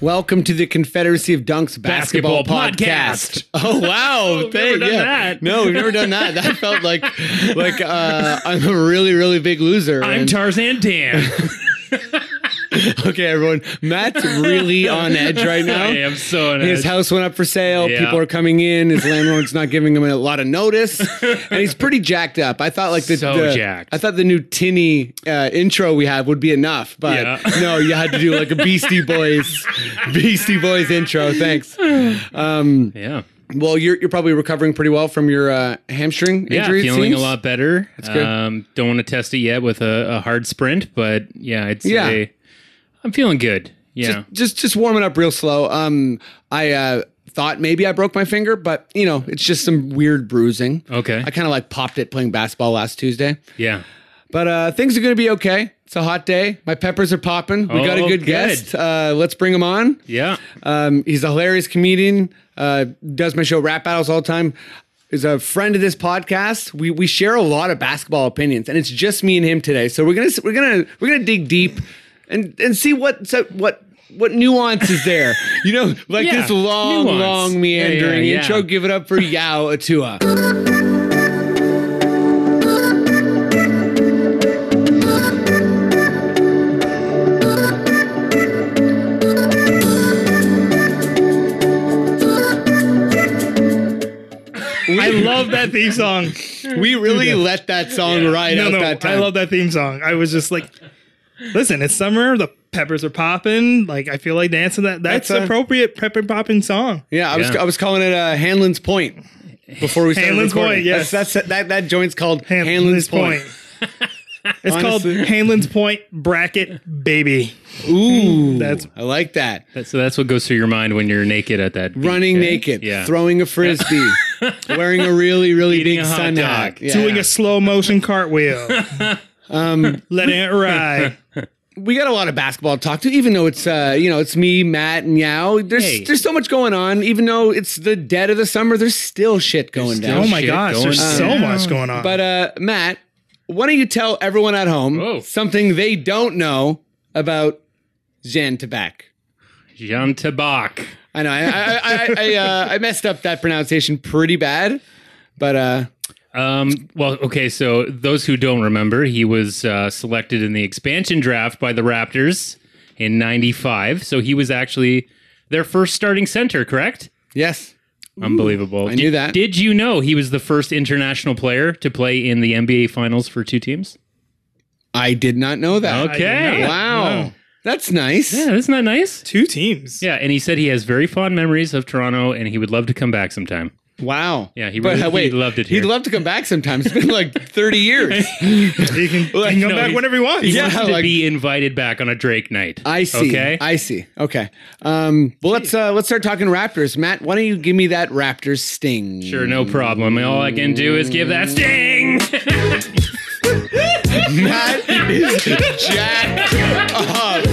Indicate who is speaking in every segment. Speaker 1: Welcome to the Confederacy of Dunks
Speaker 2: Basketball
Speaker 1: Basketball, podcast. Oh wow!
Speaker 2: We've never
Speaker 1: Thank-
Speaker 2: done
Speaker 1: yeah.
Speaker 2: that.
Speaker 1: No, we've never done that. That felt like like uh, I'm a really really big loser.
Speaker 2: I'm
Speaker 1: and-
Speaker 2: Tarzan Dan.
Speaker 1: okay, everyone. Matt's really on edge right now.
Speaker 2: I am so on
Speaker 1: His
Speaker 2: edge.
Speaker 1: house went up for sale.
Speaker 2: Yeah.
Speaker 1: People are coming in. His landlord's not giving him a lot of notice, and he's pretty jacked up. I thought like the,
Speaker 2: So
Speaker 1: the-
Speaker 2: jacked.
Speaker 1: I thought the new tinny uh, intro we have would be enough, but
Speaker 2: Yeah.
Speaker 1: no, you had to do like a Beastie Boys, Beastie Boys intro. Thanks.
Speaker 2: Yeah,
Speaker 1: Well, you're you're probably recovering pretty well from your uh, hamstring
Speaker 2: yeah,
Speaker 1: injury. it
Speaker 2: feeling
Speaker 1: seems?
Speaker 2: a lot better. That's
Speaker 1: good.
Speaker 2: Um, don't want to test it yet with a, a hard sprint, but yeah, I'd
Speaker 1: Yeah.
Speaker 2: say I'm feeling good. Yeah,
Speaker 1: Just, just just warming up real slow. Um, I uh, thought maybe I broke my finger, but you know, it's just some weird bruising.
Speaker 2: Okay.
Speaker 1: I kind of like popped it playing basketball last Tuesday,
Speaker 2: yeah.
Speaker 1: but uh, things are gonna be okay. It's a hot day. My peppers are popping. We got a
Speaker 2: Oh,
Speaker 1: good,
Speaker 2: good.
Speaker 1: guest. Uh, let's bring him on.
Speaker 2: Yeah.
Speaker 1: Um, he's a hilarious comedian. Uh, does my show Rap Battles all the time. Is a friend of this podcast. We we share a lot of basketball opinions, and it's just me and him today. So we're gonna we're gonna we're gonna dig deep, and and see what so what. What nuance is there? You know, like
Speaker 2: Yeah,
Speaker 1: this long,
Speaker 2: nuance.
Speaker 1: long
Speaker 2: Yeah, yeah,
Speaker 1: meandering
Speaker 2: yeah.
Speaker 1: intro. Give it up for Yao Atua.
Speaker 3: I love that theme song.
Speaker 1: We really let that song ride
Speaker 3: no,
Speaker 1: out
Speaker 3: no,
Speaker 1: that
Speaker 3: I
Speaker 1: time.
Speaker 3: love that theme song. I was just like, listen, it's summer. The peppers are popping. Like I feel like dancing. That that's,
Speaker 1: That's a-
Speaker 3: appropriate pepper popping song.
Speaker 1: yeah, I was
Speaker 2: Yeah.
Speaker 1: I was calling it uh, Hanlon's Point before we started
Speaker 3: Hanlon's
Speaker 1: recording.
Speaker 3: Point, yes.
Speaker 1: that's, that's that that joint's called
Speaker 3: Han-
Speaker 1: Hanlon's
Speaker 3: this
Speaker 1: Point.
Speaker 3: it's
Speaker 1: Honestly.
Speaker 3: called Hanlon's Point Bracket Baby.
Speaker 1: Ooh,
Speaker 3: That's-
Speaker 1: I like that.
Speaker 2: That- So that's what goes through your mind when you're naked at that beach,
Speaker 1: Running
Speaker 2: right?
Speaker 1: naked,
Speaker 2: Yeah.
Speaker 1: throwing a frisbee, wearing a really really
Speaker 2: Eating
Speaker 1: big
Speaker 2: a hot
Speaker 1: sun
Speaker 2: dog.
Speaker 1: hat, Yeah.
Speaker 3: Doing a slow motion cartwheel. letting it ride.
Speaker 1: we got a lot of basketball to talk to, even though it's uh you know it's me, Matt, and Yao. There's
Speaker 2: Hey.
Speaker 1: there's so much going on. Even though it's the dead of the summer, there's still shit going down.
Speaker 3: Oh my
Speaker 2: shit
Speaker 3: gosh,
Speaker 2: going
Speaker 3: there's
Speaker 2: down.
Speaker 3: so much going on.
Speaker 1: But uh Matt, why don't you tell everyone at home
Speaker 2: Whoa.
Speaker 1: something they don't know about Jan Tabak?
Speaker 2: Jean Tabak.
Speaker 1: I know I I I, I, uh, I messed up that pronunciation pretty bad, but uh
Speaker 2: Um, well, okay. So those who don't remember, he was uh, selected in the expansion draft by the Raptors in '95. So he was actually their first starting center, correct?
Speaker 1: yes.
Speaker 2: Unbelievable.
Speaker 1: I knew
Speaker 2: Did-
Speaker 1: that.
Speaker 2: Did you know he was the first international player to play in the NBA Finals for two teams?
Speaker 1: I did not know that.
Speaker 2: Okay.
Speaker 3: know.
Speaker 1: Wow.
Speaker 3: Wow.
Speaker 1: That's nice.
Speaker 2: Yeah, isn't that nice?
Speaker 3: Two teams.
Speaker 2: Yeah, and he said he has very fond memories of Toronto, and he would love to come back sometime.
Speaker 1: Wow.
Speaker 2: Yeah, he
Speaker 1: But,
Speaker 2: really- he
Speaker 1: uh,
Speaker 2: loved it
Speaker 1: He'd
Speaker 2: here.
Speaker 1: love to come back sometime. It's been like 30 years.
Speaker 3: He can, he can come
Speaker 2: no,
Speaker 3: back
Speaker 2: he's-
Speaker 3: whenever he wants.
Speaker 2: He
Speaker 1: Yeah,
Speaker 2: wants to
Speaker 1: like-
Speaker 2: be invited back on a Drake night.
Speaker 1: I see.
Speaker 2: Okay.
Speaker 1: I see. Okay. Um, well, let's uh, let's start talking Raptors. Matt, why don't you give me that Raptors sting?
Speaker 2: Sure, no problem. All I can do is give that sting.
Speaker 1: Matt is jacked up,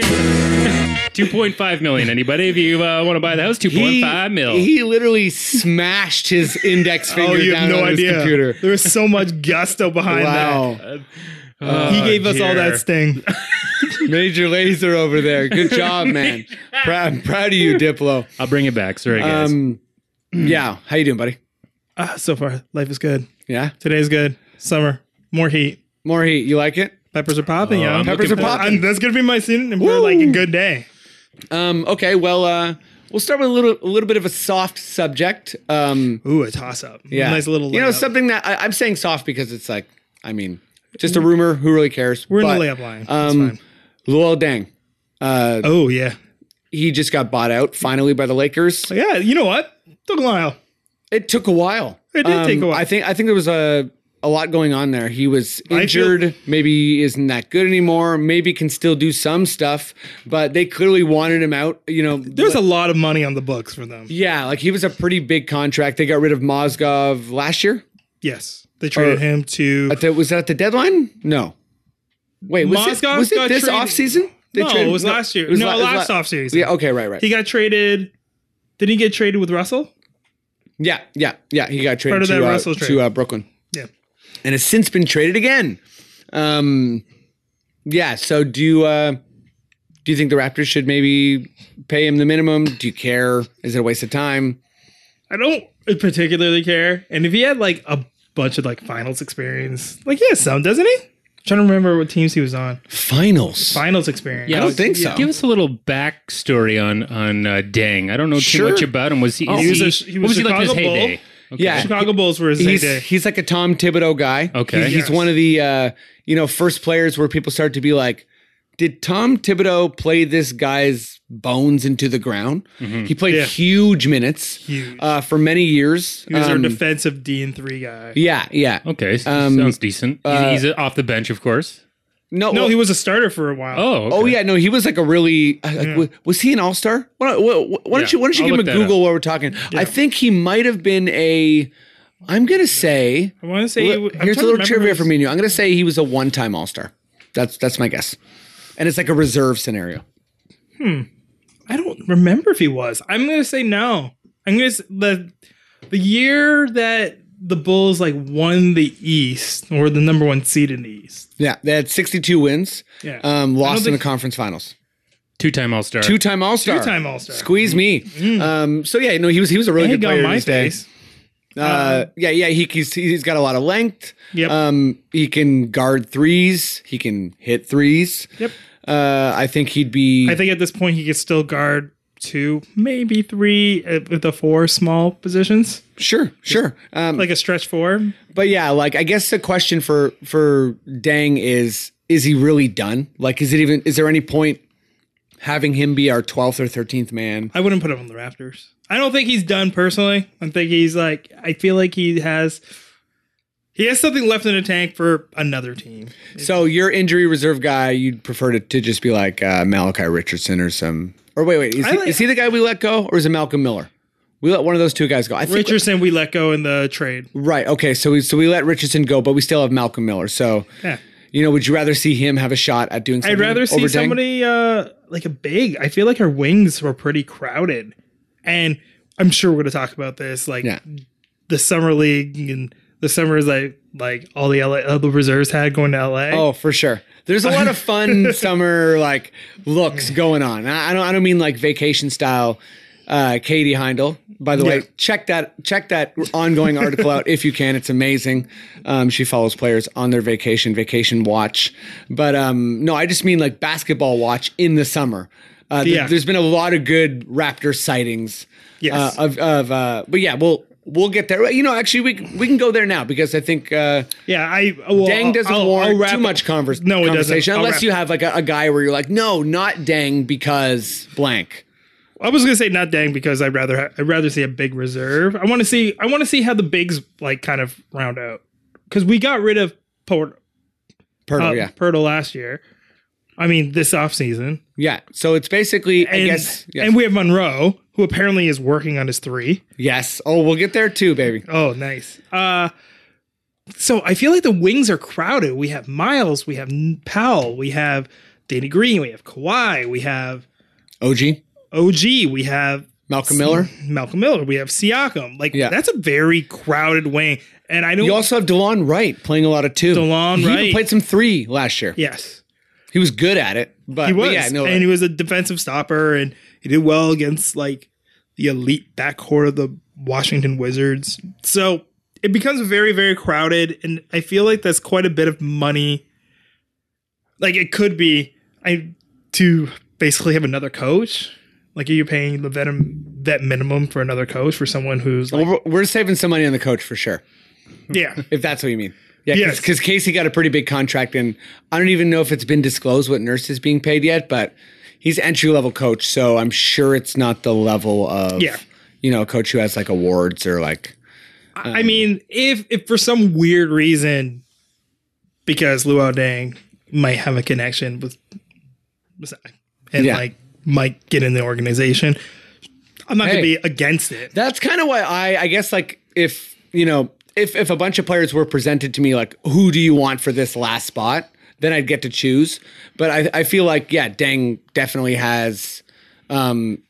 Speaker 1: everybody.
Speaker 2: 2.5 million. Anybody, if you uh, want to buy the house, 2.5 mil.
Speaker 1: he literally smashed his index finger
Speaker 3: Oh, you
Speaker 1: down
Speaker 3: have no
Speaker 1: on his
Speaker 3: idea.
Speaker 1: computer.
Speaker 3: There was so much gusto behind that.
Speaker 1: Wow.
Speaker 3: He gave us all
Speaker 2: dear.
Speaker 3: that sting.
Speaker 1: Major laser over there. Good job, man. Proud, I'm proud of you, Diplo.
Speaker 2: I'll bring it back. Sorry, guys.
Speaker 1: Um, yeah. How you doing, buddy?
Speaker 3: Ah, so far, life is good.
Speaker 1: Yeah.
Speaker 3: Today's good. Summer, more heat.
Speaker 1: More heat. You like it?
Speaker 3: Peppers are popping, y'all.
Speaker 2: I'm
Speaker 1: Uh, Peppers
Speaker 2: looking
Speaker 1: are
Speaker 2: for-
Speaker 1: popping.
Speaker 3: I'm- that's gonna be my synonym for like a good day.
Speaker 1: Um, okay, well, uh, we'll start with a little, a little bit of a soft subject. Um,
Speaker 3: Ooh, a toss up.
Speaker 1: yeah,
Speaker 3: nice little.
Speaker 1: you know
Speaker 3: layup.
Speaker 1: something that I, I'm saying soft because it's like, I mean, just a rumor. Who really cares?
Speaker 3: We're in
Speaker 1: But,
Speaker 3: the layup line.
Speaker 1: Um, uh,
Speaker 3: That's fine.
Speaker 1: Luol Deng,
Speaker 3: Oh yeah,
Speaker 1: he just got bought out finally by the Lakers.
Speaker 3: yeah. You know what? Took a while.
Speaker 1: It took a while. Um,
Speaker 3: It did take a while.
Speaker 1: I think I think there was a a a lot going on there. He was
Speaker 3: feel-
Speaker 1: injured, maybe isn't that good anymore, maybe can still do some stuff, but they clearly wanted him out. You know,
Speaker 3: There's a lot of money on the books for them.
Speaker 1: yeah, like he was a pretty big contract. They got rid of Mozgov last year.
Speaker 3: Yes, they traded
Speaker 1: Or- uh,
Speaker 3: him to.
Speaker 1: At the, was that at the deadline? No. Wait, was it,
Speaker 3: Mozgov
Speaker 1: was it
Speaker 3: got
Speaker 1: this
Speaker 3: traded-
Speaker 1: offseason? They
Speaker 3: No,
Speaker 1: traded-
Speaker 3: it was last year. No,
Speaker 1: la- it was
Speaker 3: last
Speaker 1: la-
Speaker 3: offseason.
Speaker 1: Yeah, okay, right, right.
Speaker 3: He got traded. Did he get traded with Russell?
Speaker 1: yeah, yeah, yeah. He got traded
Speaker 3: of
Speaker 1: to,
Speaker 3: that
Speaker 1: uh,
Speaker 3: Russell trade.
Speaker 1: to uh, Brooklyn.
Speaker 3: Yeah.
Speaker 1: and has since been traded again. Um, yeah. So do you uh, do you think the Raptors should maybe pay him the minimum? Do you care? Is it a waste of time?
Speaker 3: I don't particularly care. And if he had like a bunch of like finals experience, like he has some, doesn't he? trying to remember what teams he was on.
Speaker 1: Finals.
Speaker 3: Finals experience.
Speaker 1: I don't think so.
Speaker 2: Give us a little backstory on on uh, Dang. I don't know too
Speaker 1: Sure. Oh,
Speaker 2: much about him. Was he?
Speaker 3: He
Speaker 2: is
Speaker 3: was a-
Speaker 2: he,
Speaker 3: he
Speaker 2: what
Speaker 3: was
Speaker 2: was he like in his
Speaker 3: Chicago Bull.
Speaker 2: heyday? Okay.
Speaker 1: Yeah.
Speaker 3: Chicago Bulls were his
Speaker 1: He's,
Speaker 3: heyday.
Speaker 1: he's like a Tom Thibodeau guy.
Speaker 2: Okay.
Speaker 1: He- he's
Speaker 3: Yes.
Speaker 1: one of the uh, you know first players where people start to be like, did Tom Thibodeau play this guy's bones into the ground? He played
Speaker 3: Mm-hmm. Yeah.
Speaker 1: huge minutes
Speaker 3: Huge.
Speaker 1: Uh, for many years.
Speaker 3: He was
Speaker 1: Um,
Speaker 3: our defensive D and three guy.
Speaker 1: yeah, yeah.
Speaker 2: Okay, s-
Speaker 1: Um,
Speaker 2: sounds decent. He's-
Speaker 1: uh,
Speaker 2: he's, off the bench, of course.
Speaker 1: No,
Speaker 3: No,
Speaker 1: well-
Speaker 3: he was a starter for a while.
Speaker 2: Oh, okay.
Speaker 1: Oh yeah, no, he was like a really. uh, Like, wa- Was he an all star? Why, why, why
Speaker 2: Yeah,
Speaker 1: don't you Why don't you
Speaker 2: I'll
Speaker 1: give
Speaker 2: look
Speaker 1: him a
Speaker 2: that
Speaker 1: Google while we're talking? I think he might have been a. I'm gonna say.
Speaker 3: I want to say he
Speaker 1: Li-
Speaker 3: w- I'm
Speaker 1: here's a
Speaker 3: trying to
Speaker 1: little
Speaker 3: remember
Speaker 1: trivia
Speaker 3: his-
Speaker 1: for me and you. I'm gonna say he was a one time all star. That's that's my guess, and it's like a reserve scenario.
Speaker 3: I don't remember if he was. I'm gonna say no. I'm gonna say the the year that the Bulls like won the East or the number one seed in the East.
Speaker 1: Yeah, they had 62 wins.
Speaker 3: Yeah.
Speaker 1: Um, lost
Speaker 3: I
Speaker 1: in
Speaker 3: don't
Speaker 1: the
Speaker 3: think-
Speaker 1: conference finals.
Speaker 2: two-time All Star.
Speaker 1: Two time all star.
Speaker 3: Two-time All-Star.
Speaker 1: Squeeze me. Um, so yeah, no, he was he was a really
Speaker 3: Egg
Speaker 1: good player.
Speaker 3: on
Speaker 1: in
Speaker 3: my
Speaker 1: his day.
Speaker 3: face. Uh-huh.
Speaker 1: Uh, yeah, yeah, he, he's he's got a lot of length.
Speaker 3: Yep.
Speaker 1: Um, he can guard threes. He can hit threes.
Speaker 3: Yep.
Speaker 1: Uh, I think he'd be.
Speaker 3: I think at this point he could still guard two, maybe three uh, with the four small positions,
Speaker 1: sure, sure. Um,
Speaker 3: like a stretch four.
Speaker 1: but yeah, like I guess the question for for Dang is: Is he really done? Like, is it even? Is there any point having him be our twelfth or thirteenth man?
Speaker 3: I wouldn't put him on the Raptors. I don't think he's done personally. I think he's like I feel like he has he has something left in the tank for another team.
Speaker 1: So your injury reserve guy, you'd prefer to, to just be like uh, Malachi Richardson or some. Or wait, wait, is
Speaker 3: I
Speaker 1: he,
Speaker 3: like-
Speaker 1: is he the guy we let go, or is it Malcolm Miller? We let one of those two guys go. I think
Speaker 3: Richardson we let go in the trade.
Speaker 1: Right. Okay. So we so we let Richardson go, but we still have Malcolm Miller. So
Speaker 3: Yeah.
Speaker 1: you know, would you rather see him have a shot at doing?
Speaker 3: I'd
Speaker 1: Something
Speaker 3: rather see
Speaker 1: over Deng?
Speaker 3: somebody uh like a big. I feel like our wings were pretty crowded. And I'm sure we're gonna talk about this like
Speaker 1: Yeah.
Speaker 3: the summer league and the summers like like all the LA, all the reserves had going to LA.
Speaker 1: Oh, for sure. There's a lot of fun summer like looks going on. I I don't. I don't mean like vacation style. Uh, Katie Heindel, by the way,
Speaker 3: Yeah.
Speaker 1: check that check that ongoing article out if you can. It's amazing. Um, she follows players on their vacation, vacation watch. But um, no, I just mean like basketball watch in the summer. Uh, th-
Speaker 3: Yeah.
Speaker 1: there's been a lot of good Raptor sightings.
Speaker 3: Yes.
Speaker 1: Uh, of of uh, but yeah, we'll we'll get there. You know, actually, we c- we can go there now because I think uh,
Speaker 3: yeah, I well,
Speaker 1: Dang doesn't
Speaker 3: I'll- I'll
Speaker 1: warrant
Speaker 3: wrap-
Speaker 1: too much converse,
Speaker 3: No, it
Speaker 1: conversation
Speaker 3: doesn't. I'll
Speaker 1: unless
Speaker 3: wrap-
Speaker 1: you have like a, a guy where you're like, no, not Dang because blank.
Speaker 3: I was gonna say not dang because I'd rather ha- I'd rather see a big reserve. I want to see I want to see how the bigs like kind of round out because we got rid of Port
Speaker 1: Purtle,
Speaker 3: uh,
Speaker 1: yeah,
Speaker 3: Pirtle last year. I mean this offseason.
Speaker 1: yeah. So it's basically,
Speaker 3: and
Speaker 1: I guess, yes.
Speaker 3: and we have Monroe who apparently is working on his three.
Speaker 1: yes. Oh, we'll get there too, baby.
Speaker 3: Oh, nice. Uh, so I feel like the wings are crowded. We have Miles, we have N- Powell, we have Danny Green, we have Kawhi, we have
Speaker 1: OG,
Speaker 3: OG, we have
Speaker 1: Malcolm Miller.
Speaker 3: Malcolm Miller. We have Siakam. Like
Speaker 1: Yeah.
Speaker 3: that's a very crowded wing. And I don't
Speaker 1: You also have DeLon Wright playing a lot of two.
Speaker 3: DeLon
Speaker 1: he even
Speaker 3: Wright.
Speaker 1: played some three last year.
Speaker 3: yes.
Speaker 1: He was good at it, but
Speaker 3: He
Speaker 1: but
Speaker 3: was.
Speaker 1: yeah, no,
Speaker 3: and he was a defensive stopper and he did well against like the elite backcourt of the Washington Wizards. So it becomes very, very crowded. And I feel like that's quite a bit of money. Like it could be I to basically have another coach. Like are you paying the vet, vet minimum for another coach for someone who's like,
Speaker 1: we're, we're saving some money on the coach for sure. Oh.
Speaker 3: yeah.
Speaker 1: If that's what you mean. Yeah,
Speaker 3: Yes.
Speaker 1: because Casey got a pretty big contract, and I don't even know if it's been disclosed what nurse is being paid yet, but he's entry level coach, so I'm sure it's not the level of
Speaker 3: Yeah.
Speaker 1: you know a coach who has like awards or like
Speaker 3: I I mean, if if for some weird reason, because Luau Dang might have a connection with, with- and
Speaker 1: Yeah.
Speaker 3: like might get in the organization, I'm not
Speaker 1: Hey.
Speaker 3: gonna be against it.
Speaker 1: That's kind of why I, I guess, like, if you know, if if a bunch of players were presented to me, like, who do you want for this last spot? Then I'd get to choose. But I, I feel like, yeah, Deng definitely has um,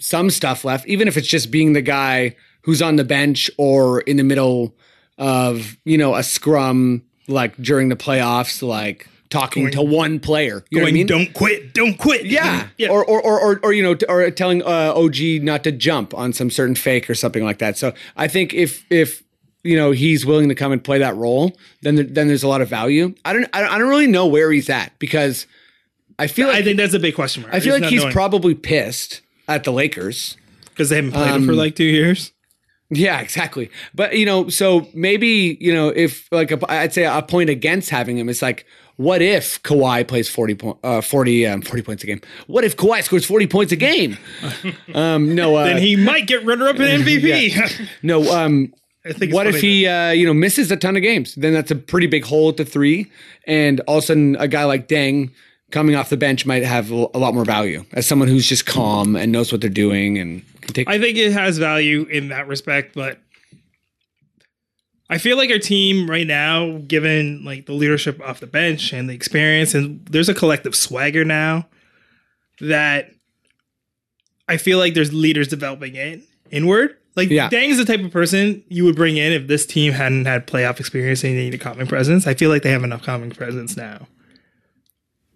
Speaker 1: some stuff left, even if it's just being the guy who's on the bench or in the middle of you know a scrum, like during the playoffs, like talking to one player. You know what I
Speaker 3: Going,
Speaker 1: mean?
Speaker 3: don't quit, don't quit.
Speaker 1: Yeah. Or, or, or, or, or, you know, t- or telling uh, OG not to jump on some certain fake or something like that. So I think if, if, you know, he's willing to come and play that role, then, there, then there's a lot of value. I don't, I don't, I don't really know where he's at because I feel like,
Speaker 3: I think that's a big question mark.
Speaker 1: I feel like he's probably pissed at the Lakers.
Speaker 3: because they haven't played him
Speaker 1: Um,
Speaker 3: for like two years.
Speaker 1: Yeah, exactly. But you know, so maybe you know, if like a, I'd say a point against having him, it's like, what if Kawhi plays forty point, uh, 40, um, 40 points a game? What if Kawhi scores forty points a game? um, no, uh,
Speaker 3: Then he might get runner up in MVP.
Speaker 1: no. Um,
Speaker 3: I think it's
Speaker 1: what if
Speaker 3: funny
Speaker 1: he uh, you know misses a ton of games? Then that's a pretty big hole at the three, and all of a sudden, a guy like Deng coming off the bench might have a a lot more value as someone who's just calm and knows what they're doing and can take.
Speaker 3: I think it has value in that respect, but I feel like our team right now, given like the leadership off the bench and the experience, and there's a collective swagger now that I feel like there's leaders developing it inward. Like
Speaker 1: Yeah.
Speaker 3: Dang's the type of person you would bring in if this team hadn't had playoff experience and they need a calming presence. I feel like they have enough calming presence now.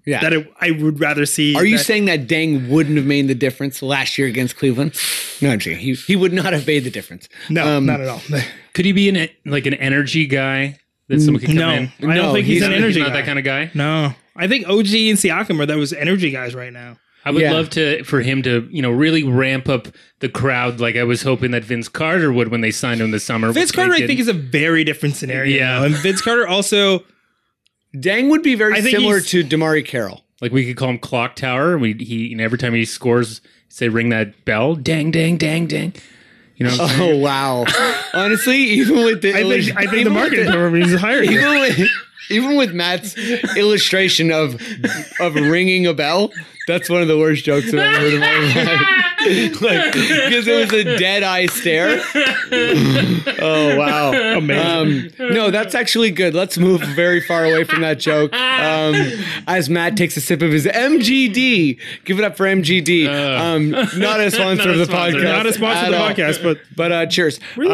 Speaker 1: Yeah.
Speaker 3: That it, I would rather see.
Speaker 1: Are you
Speaker 3: that-
Speaker 1: saying that Dang wouldn't have made the difference last year against Cleveland? No, I'm kidding. He, he would not have made the difference.
Speaker 3: no?
Speaker 1: Um,
Speaker 3: not at all.
Speaker 2: Could he be an like an energy guy that someone could come
Speaker 3: no,
Speaker 2: in?
Speaker 3: I
Speaker 1: No,
Speaker 3: don't think he's,
Speaker 1: he's
Speaker 3: an
Speaker 1: not-
Speaker 3: energy.
Speaker 2: He's not
Speaker 3: guy.
Speaker 2: that kind of guy.
Speaker 3: No, I think OG and Siakam are those energy guys right now.
Speaker 2: I would
Speaker 1: Yeah.
Speaker 2: love to for him to you know really ramp up the crowd like I was hoping that Vince Carter would when they signed him this summer.
Speaker 3: Vince
Speaker 2: which they
Speaker 3: Carter, I
Speaker 2: didn't.
Speaker 3: think, is a very different scenario.
Speaker 2: Yeah.
Speaker 3: Yeah, and Vince Carter also
Speaker 1: Dang would be very
Speaker 3: I think
Speaker 1: similar
Speaker 3: he's-
Speaker 1: to Damari Carroll.
Speaker 2: like we could call him Clock Tower. We he and every time he scores, say ring that bell, dang, dang, dang, dang. You know, what I'm saying?
Speaker 1: Oh wow! Honestly, even with the
Speaker 3: I think I think the marketing department is higher.
Speaker 1: even with, even with Matt's illustration of of ringing a bell, that's one of the worst jokes I've ever heard in my life. like because it was a dead eye stare. oh wow! Um, no, that's actually good. Let's move very far away from that joke. Um, as Matt takes a sip of his MGD, give it up for MGD. Um, not a sponsor
Speaker 2: a
Speaker 1: of the
Speaker 2: sponsor.
Speaker 1: podcast.
Speaker 3: Uh. Not a sponsor of the
Speaker 1: at all.
Speaker 3: podcast, but
Speaker 1: But uh, cheers. Um,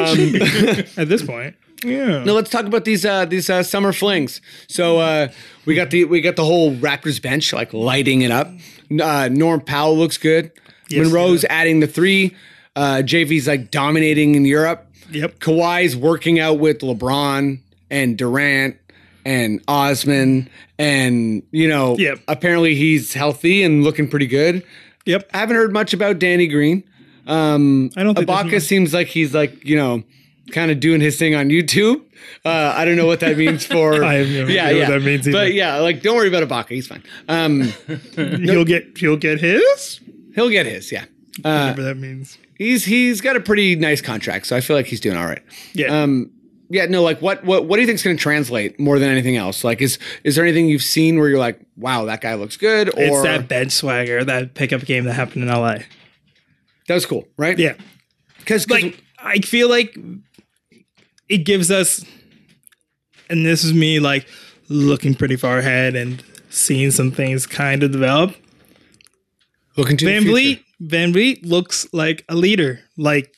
Speaker 3: at this point, yeah.
Speaker 1: now let's talk about these uh, these uh, summer flings. So uh, we got the we got the whole Raptors bench like lighting it up. Uh, Norm Powell looks good.
Speaker 3: Yes,
Speaker 1: Monroe's
Speaker 3: he
Speaker 1: adding the three. Uh, JV's like dominating in Europe.
Speaker 3: Yep.
Speaker 1: Kawhi's working out with LeBron and Durant and Osman and you know
Speaker 3: Yep.
Speaker 1: apparently he's healthy and looking pretty good.
Speaker 3: Yep.
Speaker 1: I haven't heard much about Danny Green. Um,
Speaker 3: I don't think there's
Speaker 1: Ibaka
Speaker 3: much-
Speaker 1: seems like he's like you know, kind of doing his thing on YouTube. Uh, I don't know what that means for.
Speaker 3: I have no
Speaker 1: yeah,
Speaker 3: idea
Speaker 1: yeah.
Speaker 3: what that means either.
Speaker 1: But yeah, like don't worry about Ibaka. He's fine. Um,
Speaker 3: He'll get he'll get his.
Speaker 1: he'll get his. Yeah,
Speaker 3: Whatever that means.
Speaker 1: he's he's got a pretty nice contract, so I feel like he's doing all right.
Speaker 3: Yeah. Um,
Speaker 1: Yeah, no, like what what what do you think's going to translate more than anything else? Like, is is there anything you've seen where you're like, wow, that guy looks good, or
Speaker 3: it's that bench swagger, that pickup game that happened in LA.
Speaker 1: that was cool, right?
Speaker 3: Yeah.
Speaker 1: because
Speaker 3: like I feel like it gives us, and this is me like looking pretty far ahead and seeing some things kind of develop.
Speaker 1: looking to
Speaker 3: Van
Speaker 1: the future.
Speaker 3: Vliet, Van Vliet looks like a leader. Like,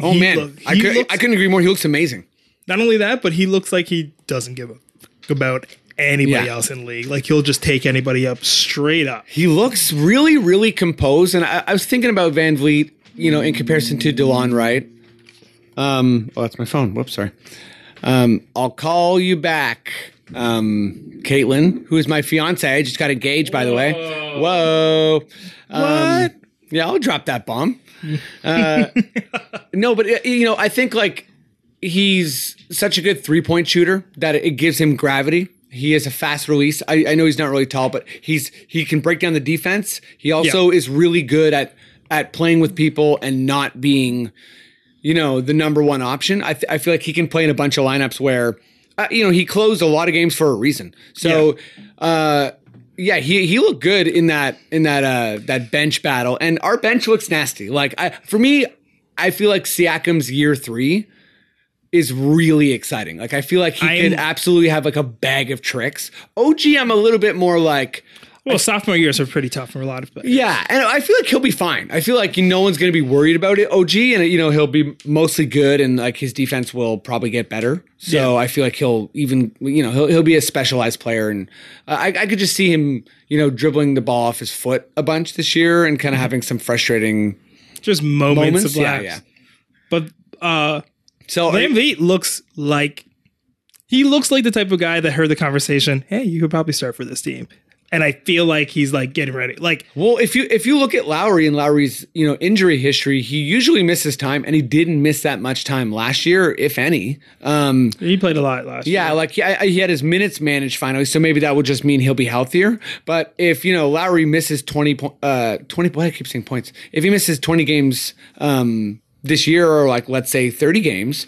Speaker 1: Oh
Speaker 3: he
Speaker 1: man,
Speaker 3: look-
Speaker 1: I
Speaker 3: he
Speaker 1: could
Speaker 3: looks-
Speaker 1: I couldn't agree more. He looks amazing.
Speaker 3: not only that, but he looks like he doesn't give a fuck about anybody
Speaker 1: Yeah.
Speaker 3: else in the league. Like he'll just take anybody up straight up.
Speaker 1: He looks really, really composed. And I, I was thinking about Van Vliet, you know, in comparison to DeLon Wright. Um, oh, that's my phone. Whoops, sorry. Um, I'll call you back, um, Caitlin, who is my fiance. I just got engaged, by the way. Whoa. what? Yeah, I'll drop that bomb. Uh, no, but, uh, you know, I think like he's such a good three point shooter that it gives him gravity. He is a fast release. I, I know he's not really tall, but he's he can break down the defense. He also is really good at at playing with people and not being you know, the number one option. I, th- I feel like he can play in a bunch of lineups where, uh, you know, he closed a lot of games for a reason. So, uh, yeah, he he looked good in that in that uh that bench battle, and our bench looks nasty. Like I, for me, I feel like Siakam's year three is really exciting. Like I feel like he
Speaker 3: I'm-
Speaker 1: could absolutely have like a bag of tricks. OG, I'm a little bit more like.
Speaker 3: Well, sophomore years are pretty tough for a lot of players.
Speaker 1: Yeah, and I feel like he'll be fine. I feel like no one's going to be worried about it. OG, and you know he'll be mostly good, and like his defense will probably get better. So I feel like he'll even you know he'll he'll be a specialized player, and uh, I I could just see him you know dribbling the ball off his foot a bunch this year and kind of having some frustrating
Speaker 3: Just moments,
Speaker 1: moments.
Speaker 3: of
Speaker 1: yeah,
Speaker 3: laughs.
Speaker 1: yeah.
Speaker 3: But uh
Speaker 1: So
Speaker 3: Van Vliet looks like he looks like the type of guy that heard the conversation, hey, you could probably start for this team. And I feel like he's like getting ready. Like
Speaker 1: well, if you if you look at Lowry and Lowry's you know injury history, he usually misses time, and he didn't miss that much time last year, if any. Um,
Speaker 3: he played a lot last
Speaker 1: Yeah,
Speaker 3: year.
Speaker 1: like he, I- he had his minutes managed finally, so maybe that will just mean he'll be healthier. But if you know Lowry misses twenty point, uh, twenty. Why do I keep saying points? If he misses twenty games um, this year, or like let's say thirty games,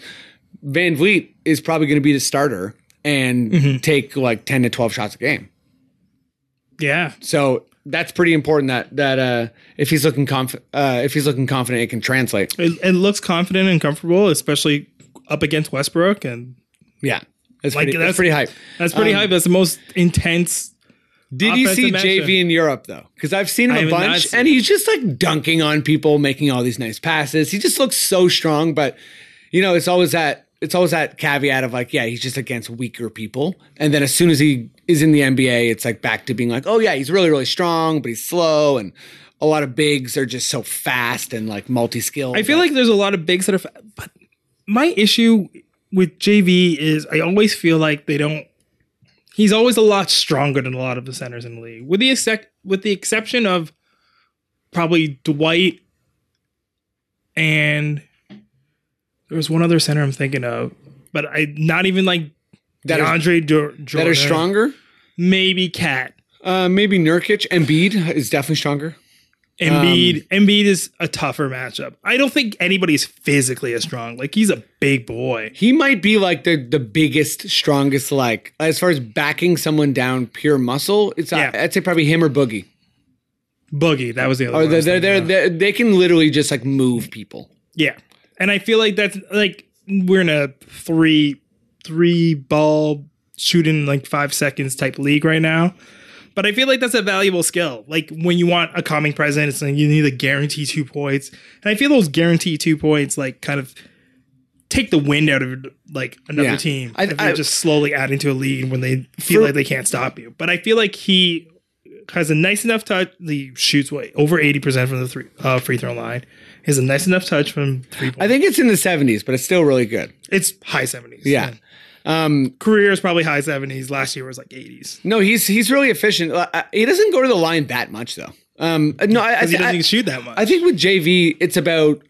Speaker 1: Van Vliet is probably going to be the starter and
Speaker 3: Mm-hmm.
Speaker 1: take like ten to twelve shots a game.
Speaker 3: Yeah.
Speaker 1: So that's pretty important. That that uh, if he's looking conf- uh, if he's looking confident, it can translate.
Speaker 3: It, it looks confident and comfortable, especially up against Westbrook and
Speaker 1: Yeah, that's
Speaker 3: Like,
Speaker 1: pretty, that's,
Speaker 3: that's-
Speaker 1: pretty hype.
Speaker 3: that's pretty
Speaker 1: Um,
Speaker 3: hype. That's the most intense
Speaker 1: Did you see
Speaker 3: offensive matchup.
Speaker 1: JV in Europe though? Because I've seen
Speaker 3: I
Speaker 1: him a
Speaker 3: have not
Speaker 1: bunch,
Speaker 3: seen
Speaker 1: and he's just like dunking on people, making all these nice passes. He just looks so strong, but you know, it's always that it's always that caveat of like, yeah, he's just against weaker people. And then as soon as he is in the NBA, it's like back to being like, oh yeah, he's really really strong, but he's slow, and a lot of bigs are just so fast and like multi skilled.
Speaker 3: I feel like there's a lot of bigs that are, fa- but my issue with JV is I always feel like they don't. He's always a lot stronger than a lot of the centers in the league, with the except with the exception of probably Dwight and there was one other center I'm thinking of, but I not even like
Speaker 1: that are,
Speaker 3: DeAndre Dur-
Speaker 1: that
Speaker 3: Jordan.
Speaker 1: are stronger.
Speaker 3: Maybe Cat
Speaker 1: Uh, maybe Nurkic, Embiid is definitely stronger.
Speaker 3: Embiid.
Speaker 1: Um,
Speaker 3: Embiid is a tougher matchup. I don't think anybody's physically as strong. Like he's a big boy.
Speaker 1: He might be like the the biggest, strongest. Like as far as backing someone down, pure muscle. It's
Speaker 3: Yeah.
Speaker 1: I'd say probably him or Boogie.
Speaker 3: Boogie, that was the other.
Speaker 1: Or
Speaker 3: one I
Speaker 1: Oh, they're,
Speaker 3: was
Speaker 1: they're,
Speaker 3: thinking
Speaker 1: they're,
Speaker 3: of.
Speaker 1: they're- they can literally just like move people.
Speaker 3: Yeah. And I feel like that's like we're in a three three ball shooting like five seconds type league right now. But I feel like that's a valuable skill. Like when you want a calming presence and you need to guarantee two points. And I feel those guarantee two points like kind of take the wind out of like another
Speaker 1: Yeah.
Speaker 3: team.
Speaker 1: I-
Speaker 3: if you're
Speaker 1: I-
Speaker 3: just slowly adding to a lead when they feel
Speaker 1: For-
Speaker 3: like they can't stop you. But I feel like he has a nice enough touch. He shoots what over eighty percent from the three, uh, free throw line. He has a nice enough touch from three
Speaker 1: I
Speaker 3: point.
Speaker 1: think it's in the seventies, but it's still really good.
Speaker 3: It's high seventies.
Speaker 1: Yeah. Um,
Speaker 3: career is probably high seventies. Last year was like eighties.
Speaker 1: no, he's he's really efficient. Uh, uh, He doesn't go to the line that much though. Um, no, I, I,
Speaker 3: He
Speaker 1: I,
Speaker 3: doesn't even shoot that much.
Speaker 1: I think with JV, it's about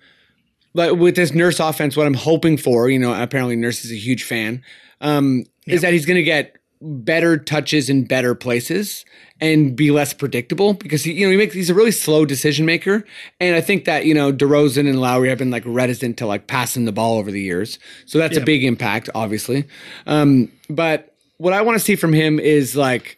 Speaker 1: like with this nurse offense. What I'm hoping for, you know, apparently nurse is a huge fan, um, is that he's going to get better touches in better places and be less predictable because he, you know, he makes he's a really slow decision maker, and I think that you know DeRozan and Lowry have been like reticent to like passing the ball over the years, so that's a big impact, obviously. Um, but what I want to see from him is like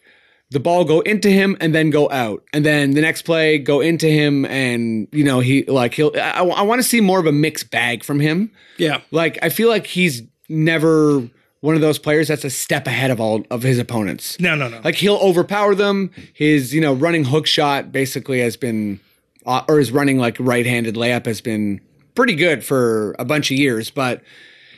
Speaker 1: the ball go into him and then go out and then the next play go into him and you know he like he'll i, I want to see more of a mixed bag from him
Speaker 3: yeah.
Speaker 1: like i feel like he's never one of those players that's a step ahead of all of his opponents
Speaker 3: No, no, no.
Speaker 1: like he'll overpower them his you know running hook shot basically has been uh, or his running like right-handed layup has been pretty good for a bunch of years but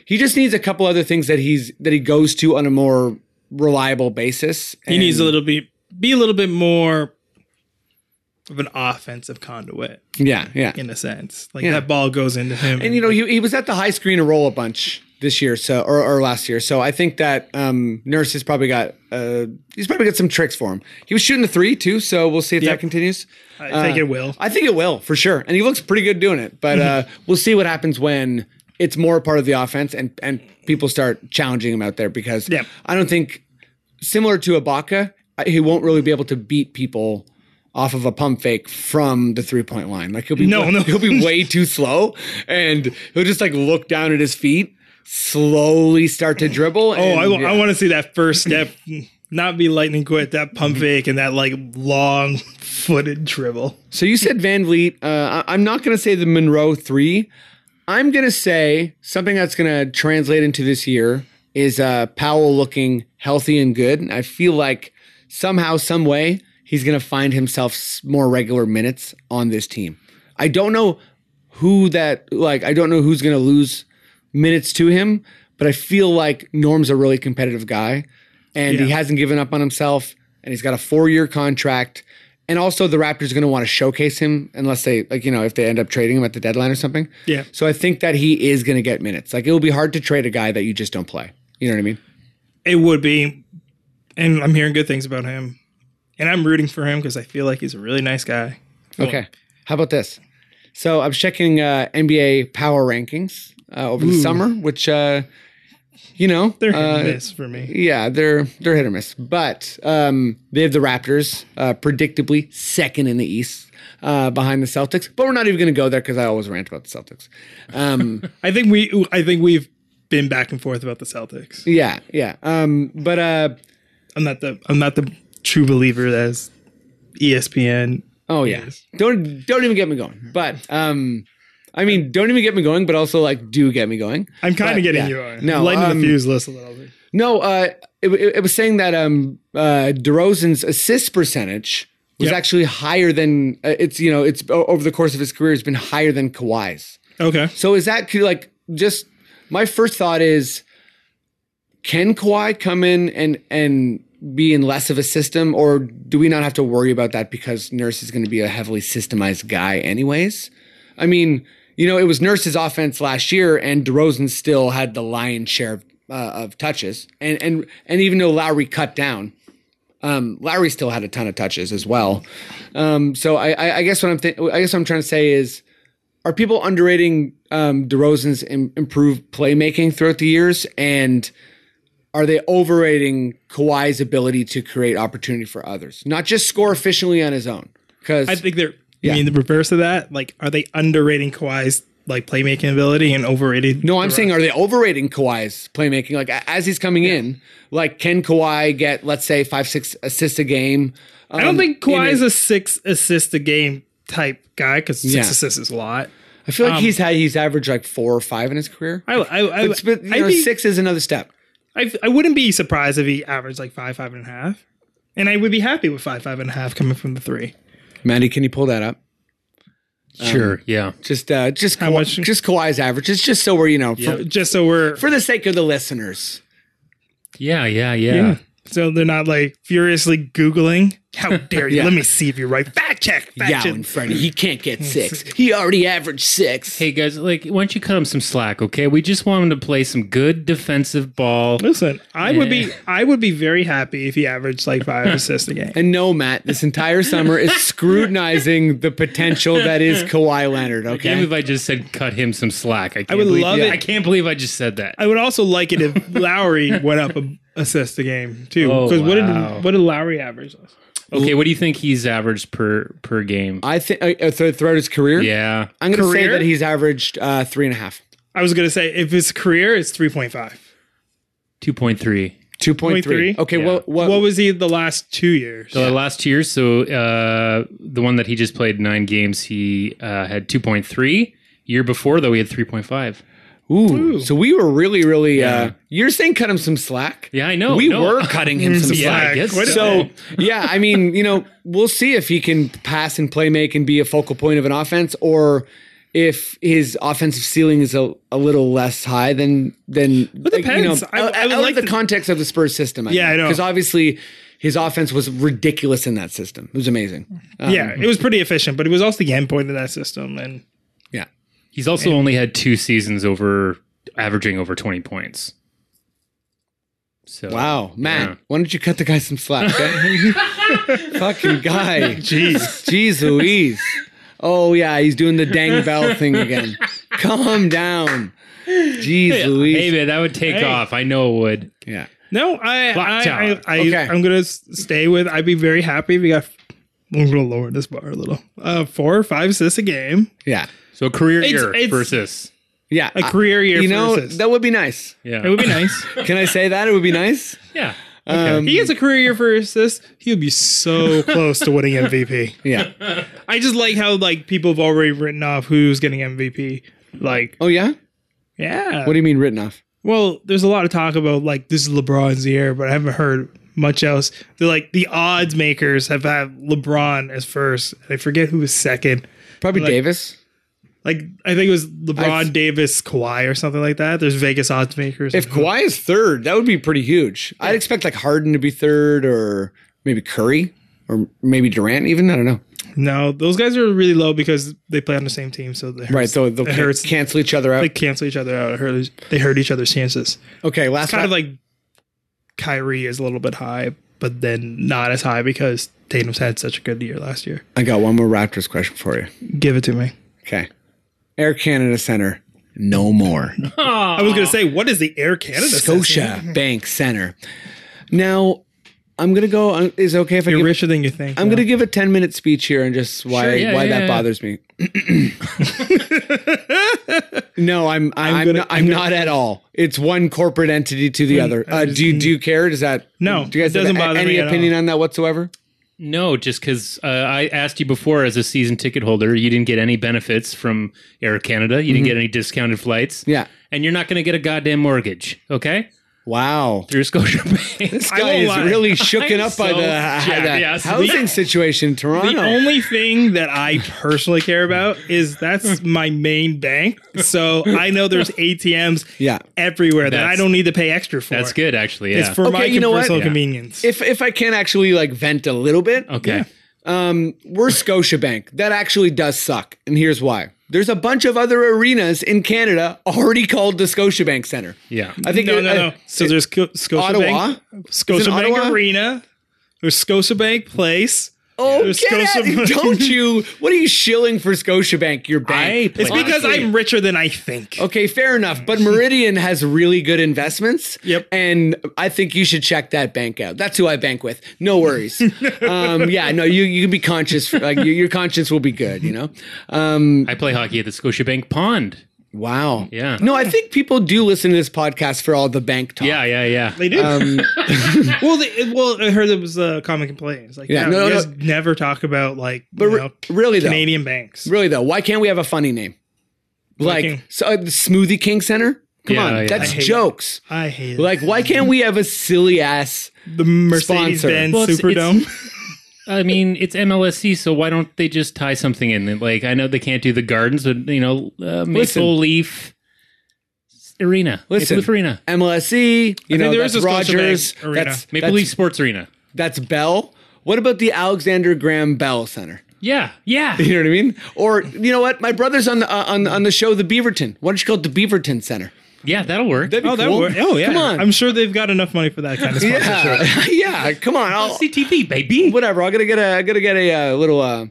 Speaker 1: he just needs a couple other things that he's that he goes to on a more reliable basis
Speaker 3: he needs a
Speaker 1: And-
Speaker 3: little bit be a little bit more of an offensive conduit
Speaker 1: yeah yeah
Speaker 3: in a sense. Like
Speaker 1: Yeah.
Speaker 3: that ball goes into him.
Speaker 1: And you know, he, he was at the high screen and roll a bunch this year, so or, or last year. So I think that um, Nurse has probably got uh, he's probably got some tricks for him. He was shooting the three too, so we'll see if
Speaker 3: Yep.
Speaker 1: that continues.
Speaker 3: I think it will.
Speaker 1: uh, I think it will for sure, and he looks pretty good doing it. But uh, we'll see what happens when it's more a part of the offense and and people start challenging him out there because
Speaker 3: Yep.
Speaker 1: I don't think similar to Ibaka, I- he won't really be able to beat people off of a pump fake from the three point line. Like he'll be
Speaker 3: No, no.
Speaker 1: he'll be way too slow, and he'll just like look down at his feet, slowly start to dribble.
Speaker 3: Oh,
Speaker 1: and,
Speaker 3: I,
Speaker 1: yeah.
Speaker 3: want to see that first step. Not be lightning quick, that
Speaker 1: Mm-hmm.
Speaker 3: pump fake and that like long footed dribble.
Speaker 1: So you said Van Vliet. Uh, I- I'm not going to say the Monroe three. I'm going to say something that's going to translate into this year is uh, Powell looking healthy and good. And I feel like somehow, some way, he's going to find himself s- more regular minutes on this team. I don't know who that like. I don't know who's going to lose minutes to him, but I feel like Norm's a really competitive guy, and he
Speaker 3: Yeah.
Speaker 1: hasn't given up on himself, and he's got a four-year contract. And also, the Raptors are going to want to showcase him unless they, like, you know, if they end up trading him at the deadline or something.
Speaker 3: Yeah.
Speaker 1: So I think that he is going to get minutes. Like, it will be hard to trade a guy that you just don't play. You know what I mean?
Speaker 3: It would be, and I'm hearing good things about him, and I'm rooting for him because I feel like he's a really nice guy.
Speaker 1: Okay. How about this? So I'm checking uh, NBA power rankings uh, over the summer, which, uh, you know,
Speaker 3: They're hit
Speaker 1: uh,
Speaker 3: and miss for me.
Speaker 1: Yeah, they're they're hit or miss, but um, they have the Raptors uh, predictably second in the East uh, behind the Celtics. But we're not even going to go there because I always rant about the Celtics. Um,
Speaker 3: I think we, I think we've been back and forth about the Celtics.
Speaker 1: yeah, yeah. Um, but uh,
Speaker 3: I'm not the, I'm not the true believer E that is ESPN.
Speaker 1: oh yeah, don't don't even get me going. But um, I mean, don't even get me going. But also like, do get me going.
Speaker 3: I'm kind
Speaker 1: But,
Speaker 3: of getting
Speaker 1: yeah.
Speaker 3: you on.
Speaker 1: No,
Speaker 3: lighten
Speaker 1: um,
Speaker 3: the fuse list a little bit.
Speaker 1: No, uh, it, it, it was saying that um, uh, DeRozan's assist percentage was
Speaker 3: Yep.
Speaker 1: actually higher than uh, it's you know it's o- over the course of his career has been higher than Kawhi's.
Speaker 3: Okay.
Speaker 1: So is that could, like just my first thought is can Kawhi come in and and be in less of a system, or do we not have to worry about that because Nurse is going to be a heavily systemized guy anyways? I mean, you know, it was Nurse's offense last year, and DeRozan still had the lion's share of, uh, of touches, and and and even though Lowry cut down, um, Lowry still had a ton of touches as well. Um, so I, I, I guess what I'm th- I guess what I'm trying to say is, are people underrating um, DeRozan's Im- improved playmaking throughout the years, and are they overrating Kawhi's ability to create opportunity for others, not just score efficiently on his own? Because
Speaker 3: I think they're.
Speaker 1: Yeah.
Speaker 3: I mean, the reverse of that. Like, are they underrating Kawhi's like playmaking ability and overrated?
Speaker 1: No, I'm saying are they overrating Kawhi's playmaking? Like a- as he's coming in, like can Kawhi get let's say five six assists a game?
Speaker 3: I don't think Kawhi is
Speaker 1: I
Speaker 3: Um, a six assist a game type guy because six
Speaker 1: Yeah.
Speaker 3: assists is a lot.
Speaker 1: feel like he's had he's averaged like four or five in his career.
Speaker 3: Um, I I I,
Speaker 1: But, but, you
Speaker 3: I'd
Speaker 1: know,
Speaker 3: be-
Speaker 1: six is another step.
Speaker 3: I, I wouldn't be surprised if he averaged like five five and a half, and I would be happy with five five and a half coming from the three.
Speaker 1: Mandy, can you pull that up?
Speaker 2: Sure. yeah.
Speaker 1: Just uh just Kawhi,
Speaker 3: much-
Speaker 1: just Kawhi's average. It's just so we're you know for,
Speaker 3: Just so we're
Speaker 1: for the sake of the listeners.
Speaker 2: Yeah. Yeah. Yeah.
Speaker 3: so they're not like furiously googling. How dare you?
Speaker 1: Yeah.
Speaker 3: Let me see if you're right. Fact check. Fact
Speaker 1: Yeah,
Speaker 3: check.
Speaker 1: and Freddie, he can't get six. He already averaged six.
Speaker 2: Hey guys, like, why don't you cut him some slack? Okay, we just want him to play some good defensive ball.
Speaker 3: Listen, I would be
Speaker 2: Yeah.
Speaker 3: I would be very happy if he averaged like five assists a game.
Speaker 1: And no, Matt, this entire summer is scrutinizing the potential that is Kawhi Leonard. Okay.
Speaker 2: Even if I just said cut him some slack, I, can't
Speaker 3: would
Speaker 2: believe,
Speaker 3: love
Speaker 1: it.
Speaker 2: I can't believe I just said that.
Speaker 3: I would also like it if Lowry went up a assist a game too.
Speaker 2: Oh,
Speaker 3: Because what
Speaker 2: wow.
Speaker 3: did what did Lowry average?
Speaker 2: Okay, what do you think he's averaged per per game?
Speaker 1: I think uh, th- throughout his career,
Speaker 2: Yeah,
Speaker 1: I'm going to say
Speaker 3: Career?
Speaker 1: that he's averaged uh, three and a half,
Speaker 3: I was gonna say if his career is three point five.
Speaker 2: two point three.
Speaker 1: two point three.
Speaker 3: 0.3?
Speaker 1: Okay,
Speaker 2: Yeah.
Speaker 1: well, what,
Speaker 3: What was he the last two years?
Speaker 2: The last two years, so uh, the one that he just played nine games, he uh, had two point three. Year before though, he had three point five.
Speaker 1: ooh,
Speaker 3: Ooh.
Speaker 1: So we were really, really. Uh, you're saying cut him some slack?
Speaker 2: Yeah, I know.
Speaker 1: We
Speaker 2: no.
Speaker 1: were cutting him some
Speaker 2: Yeah,
Speaker 1: slack.
Speaker 2: I guess
Speaker 3: What-
Speaker 1: So yeah, I mean, you know, we'll see if he can pass and play make and be a focal point of an offense, or if his offensive ceiling is a, a little less high than than. But
Speaker 3: depends. I- I would
Speaker 1: out of
Speaker 3: like
Speaker 1: the
Speaker 3: to-
Speaker 1: context of the Spurs system. I
Speaker 3: Yeah, I know.
Speaker 1: because obviously his offense was ridiculous in that system. It was amazing. Um,
Speaker 3: yeah, it was pretty efficient, but it was also the end point of that system. And
Speaker 1: yeah.
Speaker 2: He's also only had two seasons over averaging over twenty points. So
Speaker 1: Wow, Matt, why don't you cut the guy some slack? okay? Fucking guy. Jeez. Jeez Louise. Oh, yeah, he's doing the dang bell thing again. Calm down. Jeez Louise.
Speaker 2: Hey man, that would take
Speaker 3: Hey.
Speaker 2: off. I know it would.
Speaker 1: Yeah.
Speaker 3: no, I,
Speaker 2: Clock
Speaker 3: I,
Speaker 2: tower.
Speaker 3: I, I
Speaker 1: Okay.
Speaker 3: I'm gonna s- stay with. I'd be very happy if he got I'm gonna lower this bar a little. Uh, four or five assists a game.
Speaker 1: Yeah.
Speaker 2: So career
Speaker 3: It's-
Speaker 2: year
Speaker 3: it's-
Speaker 2: versus.
Speaker 1: Yeah.
Speaker 3: A
Speaker 1: I-
Speaker 3: career year.
Speaker 1: you know,
Speaker 3: for assists.
Speaker 1: that would be nice.
Speaker 2: Yeah.
Speaker 3: it would be nice.
Speaker 1: Can I say that? It would be nice.
Speaker 2: yeah.
Speaker 3: he gets a career year for assists. He would be so close to winning MVP.
Speaker 1: Yeah.
Speaker 3: I just like how like people have already written off who's getting MVP. Like,
Speaker 1: Oh yeah.
Speaker 3: yeah.
Speaker 1: What do you mean written off?
Speaker 3: Well, there's a lot of talk about like this is LeBron's year, but I haven't heard much else. They're like the odds makers have had LeBron as first. I forget who was second.
Speaker 1: Probably
Speaker 3: Like-
Speaker 1: Davis.
Speaker 3: Like I think it was LeBron,
Speaker 1: I've-
Speaker 3: Davis, Kawhi, or something like that. There's Vegas odds makers.
Speaker 1: If Kawhi is third, that would be pretty huge. I'd expect like Harden to be third, or maybe Curry, or maybe Durant. Even I don't know.
Speaker 3: no, those guys are really low because they play on the same team, so they
Speaker 1: Right. So they'll
Speaker 3: It hurts.
Speaker 1: cancel each other out.
Speaker 3: they cancel each other out. It hurt- They hurt each other's chances.
Speaker 1: okay. Last
Speaker 3: Kind of
Speaker 1: round.
Speaker 3: like Kyrie is a little bit high, but then not as high because Tatum's had such a good year last year.
Speaker 1: I got one more Raptors question for you.
Speaker 3: Give it to me.
Speaker 1: Okay. Air Canada Center, no more.
Speaker 3: I was
Speaker 1: Uh-huh.
Speaker 3: gonna say, what is the Air Canada?
Speaker 1: Scotia Bank Center. Now, I'm gonna go. uh, Is it okay if I
Speaker 3: You're
Speaker 1: give,
Speaker 3: richer than you think.
Speaker 1: I'm gonna give a 10 minute speech here and just why
Speaker 2: Sure, yeah,
Speaker 1: why
Speaker 2: yeah,
Speaker 1: that
Speaker 2: yeah.
Speaker 1: bothers me. no, I'm I'm I'm,
Speaker 3: gonna- Mm,
Speaker 1: not, I'm not at all. It's one corporate entity to the other. Uh, do you do you care? Does that
Speaker 3: No,
Speaker 1: Do you guys
Speaker 3: it doesn't
Speaker 1: have a-
Speaker 3: bother
Speaker 1: any
Speaker 3: me at
Speaker 1: opinion on that whatsoever?
Speaker 2: No, just because uh, I asked you before as a season ticket holder, you didn't get any benefits from Air Canada. You didn't get any discounted flights.
Speaker 1: Mm-hmm. Yeah.
Speaker 2: And you're not going to get a goddamn mortgage, okay?
Speaker 1: Wow.
Speaker 2: Through Scotiabank.
Speaker 1: This
Speaker 3: I
Speaker 1: guy
Speaker 3: won't
Speaker 1: is
Speaker 3: lie.
Speaker 1: really shooken
Speaker 2: I'm
Speaker 1: up by
Speaker 2: so
Speaker 1: the,
Speaker 2: jacked.
Speaker 1: the
Speaker 2: Yes.
Speaker 1: housing
Speaker 2: The-
Speaker 1: situation in
Speaker 3: the
Speaker 1: Toronto.
Speaker 3: only thing that I personally care about is that's my main bank. So I know there's ATMs
Speaker 1: Yeah.
Speaker 3: everywhere that I
Speaker 2: That's-
Speaker 3: don't need to pay extra for.
Speaker 2: That's good, actually. Yeah.
Speaker 3: It's for
Speaker 1: Okay,
Speaker 3: my
Speaker 1: you know what?
Speaker 3: personal
Speaker 1: Yeah.
Speaker 3: convenience.
Speaker 1: if if I can actually like vent a little bit,
Speaker 2: okay.
Speaker 1: um, we're Scotiabank. That actually does suck, and here's why. There's a bunch of other arenas in Canada already called the Scotiabank Center.
Speaker 2: Yeah.
Speaker 1: I think
Speaker 3: no,
Speaker 1: it-
Speaker 3: no, no.
Speaker 1: uh,
Speaker 3: So there's Co- Scotiabank,
Speaker 1: Ottawa?
Speaker 3: Scotiabank
Speaker 1: Ottawa?
Speaker 3: Arena. There's Scotiabank Place.
Speaker 1: oh,
Speaker 3: There's
Speaker 1: get out-
Speaker 3: Scotiabank.
Speaker 1: don't you? What are you shilling for Scotiabank? Your bank?
Speaker 2: I
Speaker 3: It's
Speaker 2: Honestly.
Speaker 3: because I'm richer than I think.
Speaker 1: Okay, fair enough. But Meridian has really good investments.
Speaker 3: Yep.
Speaker 1: And I think you should check that bank out. That's who I bank with. No worries. um, yeah, no, you you can be conscious. Like your your conscience will be good. You know. Um,
Speaker 2: I play hockey at the Scotiabank Pond.
Speaker 1: Wow.
Speaker 2: Yeah.
Speaker 1: No, I think people do listen to this podcast for all the bank talk.
Speaker 2: Yeah, yeah, yeah.
Speaker 3: They do.
Speaker 1: Um,
Speaker 3: well, they, well, I heard it was uh, a common complaint. It's like,
Speaker 1: Yeah,
Speaker 3: yeah,
Speaker 1: no,
Speaker 3: you
Speaker 1: no.
Speaker 3: guys never talk about like,
Speaker 1: But
Speaker 3: you
Speaker 1: re-
Speaker 3: know,
Speaker 1: really though,
Speaker 3: Canadian banks.
Speaker 1: really though, why can't we have a funny name? Like
Speaker 3: King.
Speaker 1: so, uh, Smoothie King Center? Come
Speaker 2: Yeah,
Speaker 1: on,
Speaker 2: yeah.
Speaker 1: that's
Speaker 3: I hate
Speaker 1: jokes.
Speaker 3: I hate
Speaker 1: Like, why can't we have a silly ass?
Speaker 3: it. the Mercedes Benz
Speaker 2: Well, it's-
Speaker 3: Superdome.
Speaker 2: I mean, it's MLSC, so why don't they just tie something in? Like, I know they can't do the gardens, but, you know, uh, Maple
Speaker 1: Listen.
Speaker 2: Leaf Arena. Maple
Speaker 1: Listen.
Speaker 2: Leaf Arena.
Speaker 1: MLSE, E? you know,
Speaker 3: there
Speaker 1: that's
Speaker 3: is a Scotiabank
Speaker 1: Rogers,
Speaker 3: arena.
Speaker 1: that's,
Speaker 2: Maple
Speaker 1: that's,
Speaker 2: Leaf Sports Arena.
Speaker 1: that's Bell. What about the Alexander Graham Bell Center?
Speaker 2: Yeah, yeah.
Speaker 1: You know what I mean? Or you know what? My brother's on the uh, on on the show, the Beaverton. Why don't you call it the Beaverton Center?
Speaker 2: Yeah, that'll work.
Speaker 1: That'd be
Speaker 3: Oh, that
Speaker 1: cool.
Speaker 3: wor- oh yeah.
Speaker 1: come on.
Speaker 3: I'm sure they've got enough money for that kind of sponsorship.
Speaker 1: yeah, yeah. Come on, I'll,
Speaker 2: CTV, baby.
Speaker 1: whatever. I'm gonna get a, I'm gonna get a uh, little, uh,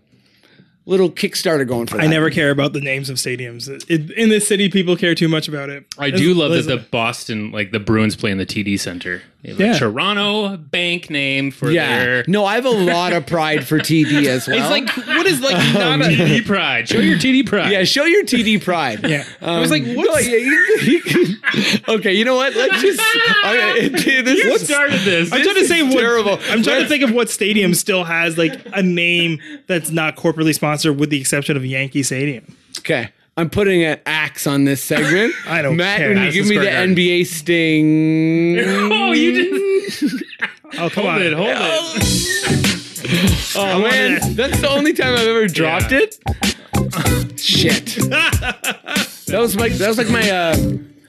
Speaker 1: little Kickstarter going for that.
Speaker 3: I never care about the names of stadiums. It, in this city, people care too much about it.
Speaker 2: I do love that the Boston, like the Bruins, play in the TD Center. They have a
Speaker 3: Yeah.
Speaker 2: Toronto bank name for
Speaker 1: Yeah.
Speaker 2: their
Speaker 1: No, I have a lot of pride for TD as well.
Speaker 2: It's like what is like not a TD pride? Show your TD pride.
Speaker 1: yeah, show your TD pride. Um,
Speaker 3: Yeah.
Speaker 1: I was like, what? okay, you know what? Let's just. Okay, this
Speaker 2: Who
Speaker 1: is-
Speaker 2: started this?
Speaker 3: I'm trying to say what,
Speaker 1: terrible.
Speaker 3: I'm trying to think of what stadium still has like a name that's not corporately sponsored, with the exception of Yankee Stadium.
Speaker 1: Okay. I'm putting an axe on this segment.
Speaker 3: I don't
Speaker 1: Matt,
Speaker 3: care.
Speaker 1: when you
Speaker 3: Madison
Speaker 1: give me the
Speaker 2: Square Garden.
Speaker 1: NBA sting.
Speaker 2: oh, you didn't
Speaker 3: Oh, come
Speaker 2: hold
Speaker 3: on.
Speaker 2: it. Hold it.
Speaker 1: Oh, man. That's the only time I've ever dropped
Speaker 2: Yeah.
Speaker 1: it. Shit. that was my that was like my uh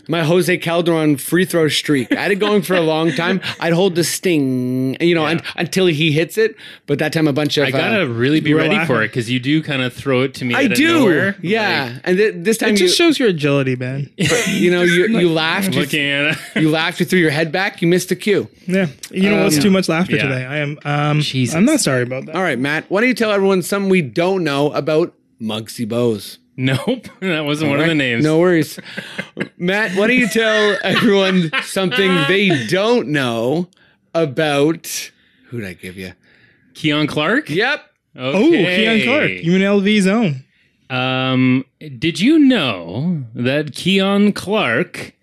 Speaker 1: my Jose Calderon free throw streak. I had it going for a long time. I'd hold the sting, you know, un- until he hits it. But that time, a bunch of
Speaker 2: I gotta
Speaker 1: uh,
Speaker 2: really be
Speaker 3: we're
Speaker 2: ready
Speaker 3: laughing.
Speaker 2: for it because you do kind of throw it to me.
Speaker 1: I
Speaker 2: out of
Speaker 1: do,
Speaker 2: nowhere.
Speaker 1: yeah. and th- this time,
Speaker 3: It
Speaker 1: you,
Speaker 3: just shows your agility, man.
Speaker 1: you know, you, you laughed,
Speaker 2: Like,
Speaker 1: you,
Speaker 2: looking at
Speaker 1: you laughed, you threw your head back, you missed the cue.
Speaker 3: Yeah, you know what's too much laughter
Speaker 2: Yeah.
Speaker 3: today. I am. Um,
Speaker 2: Jesus.
Speaker 3: I'm not sorry about that.
Speaker 1: All right, Matt, why don't you tell everyone something we don't know about Muggsy Bowes?
Speaker 2: nope, that wasn't one
Speaker 1: All
Speaker 2: of the
Speaker 1: right?
Speaker 2: names.
Speaker 1: No worries. Matt, why don't you tell everyone something they don't know about who'd I give you?
Speaker 2: Keon Clark.
Speaker 1: Yep.
Speaker 3: Oh, Keon Clark, UNLV's own.
Speaker 2: Um, did you know that Keon Clark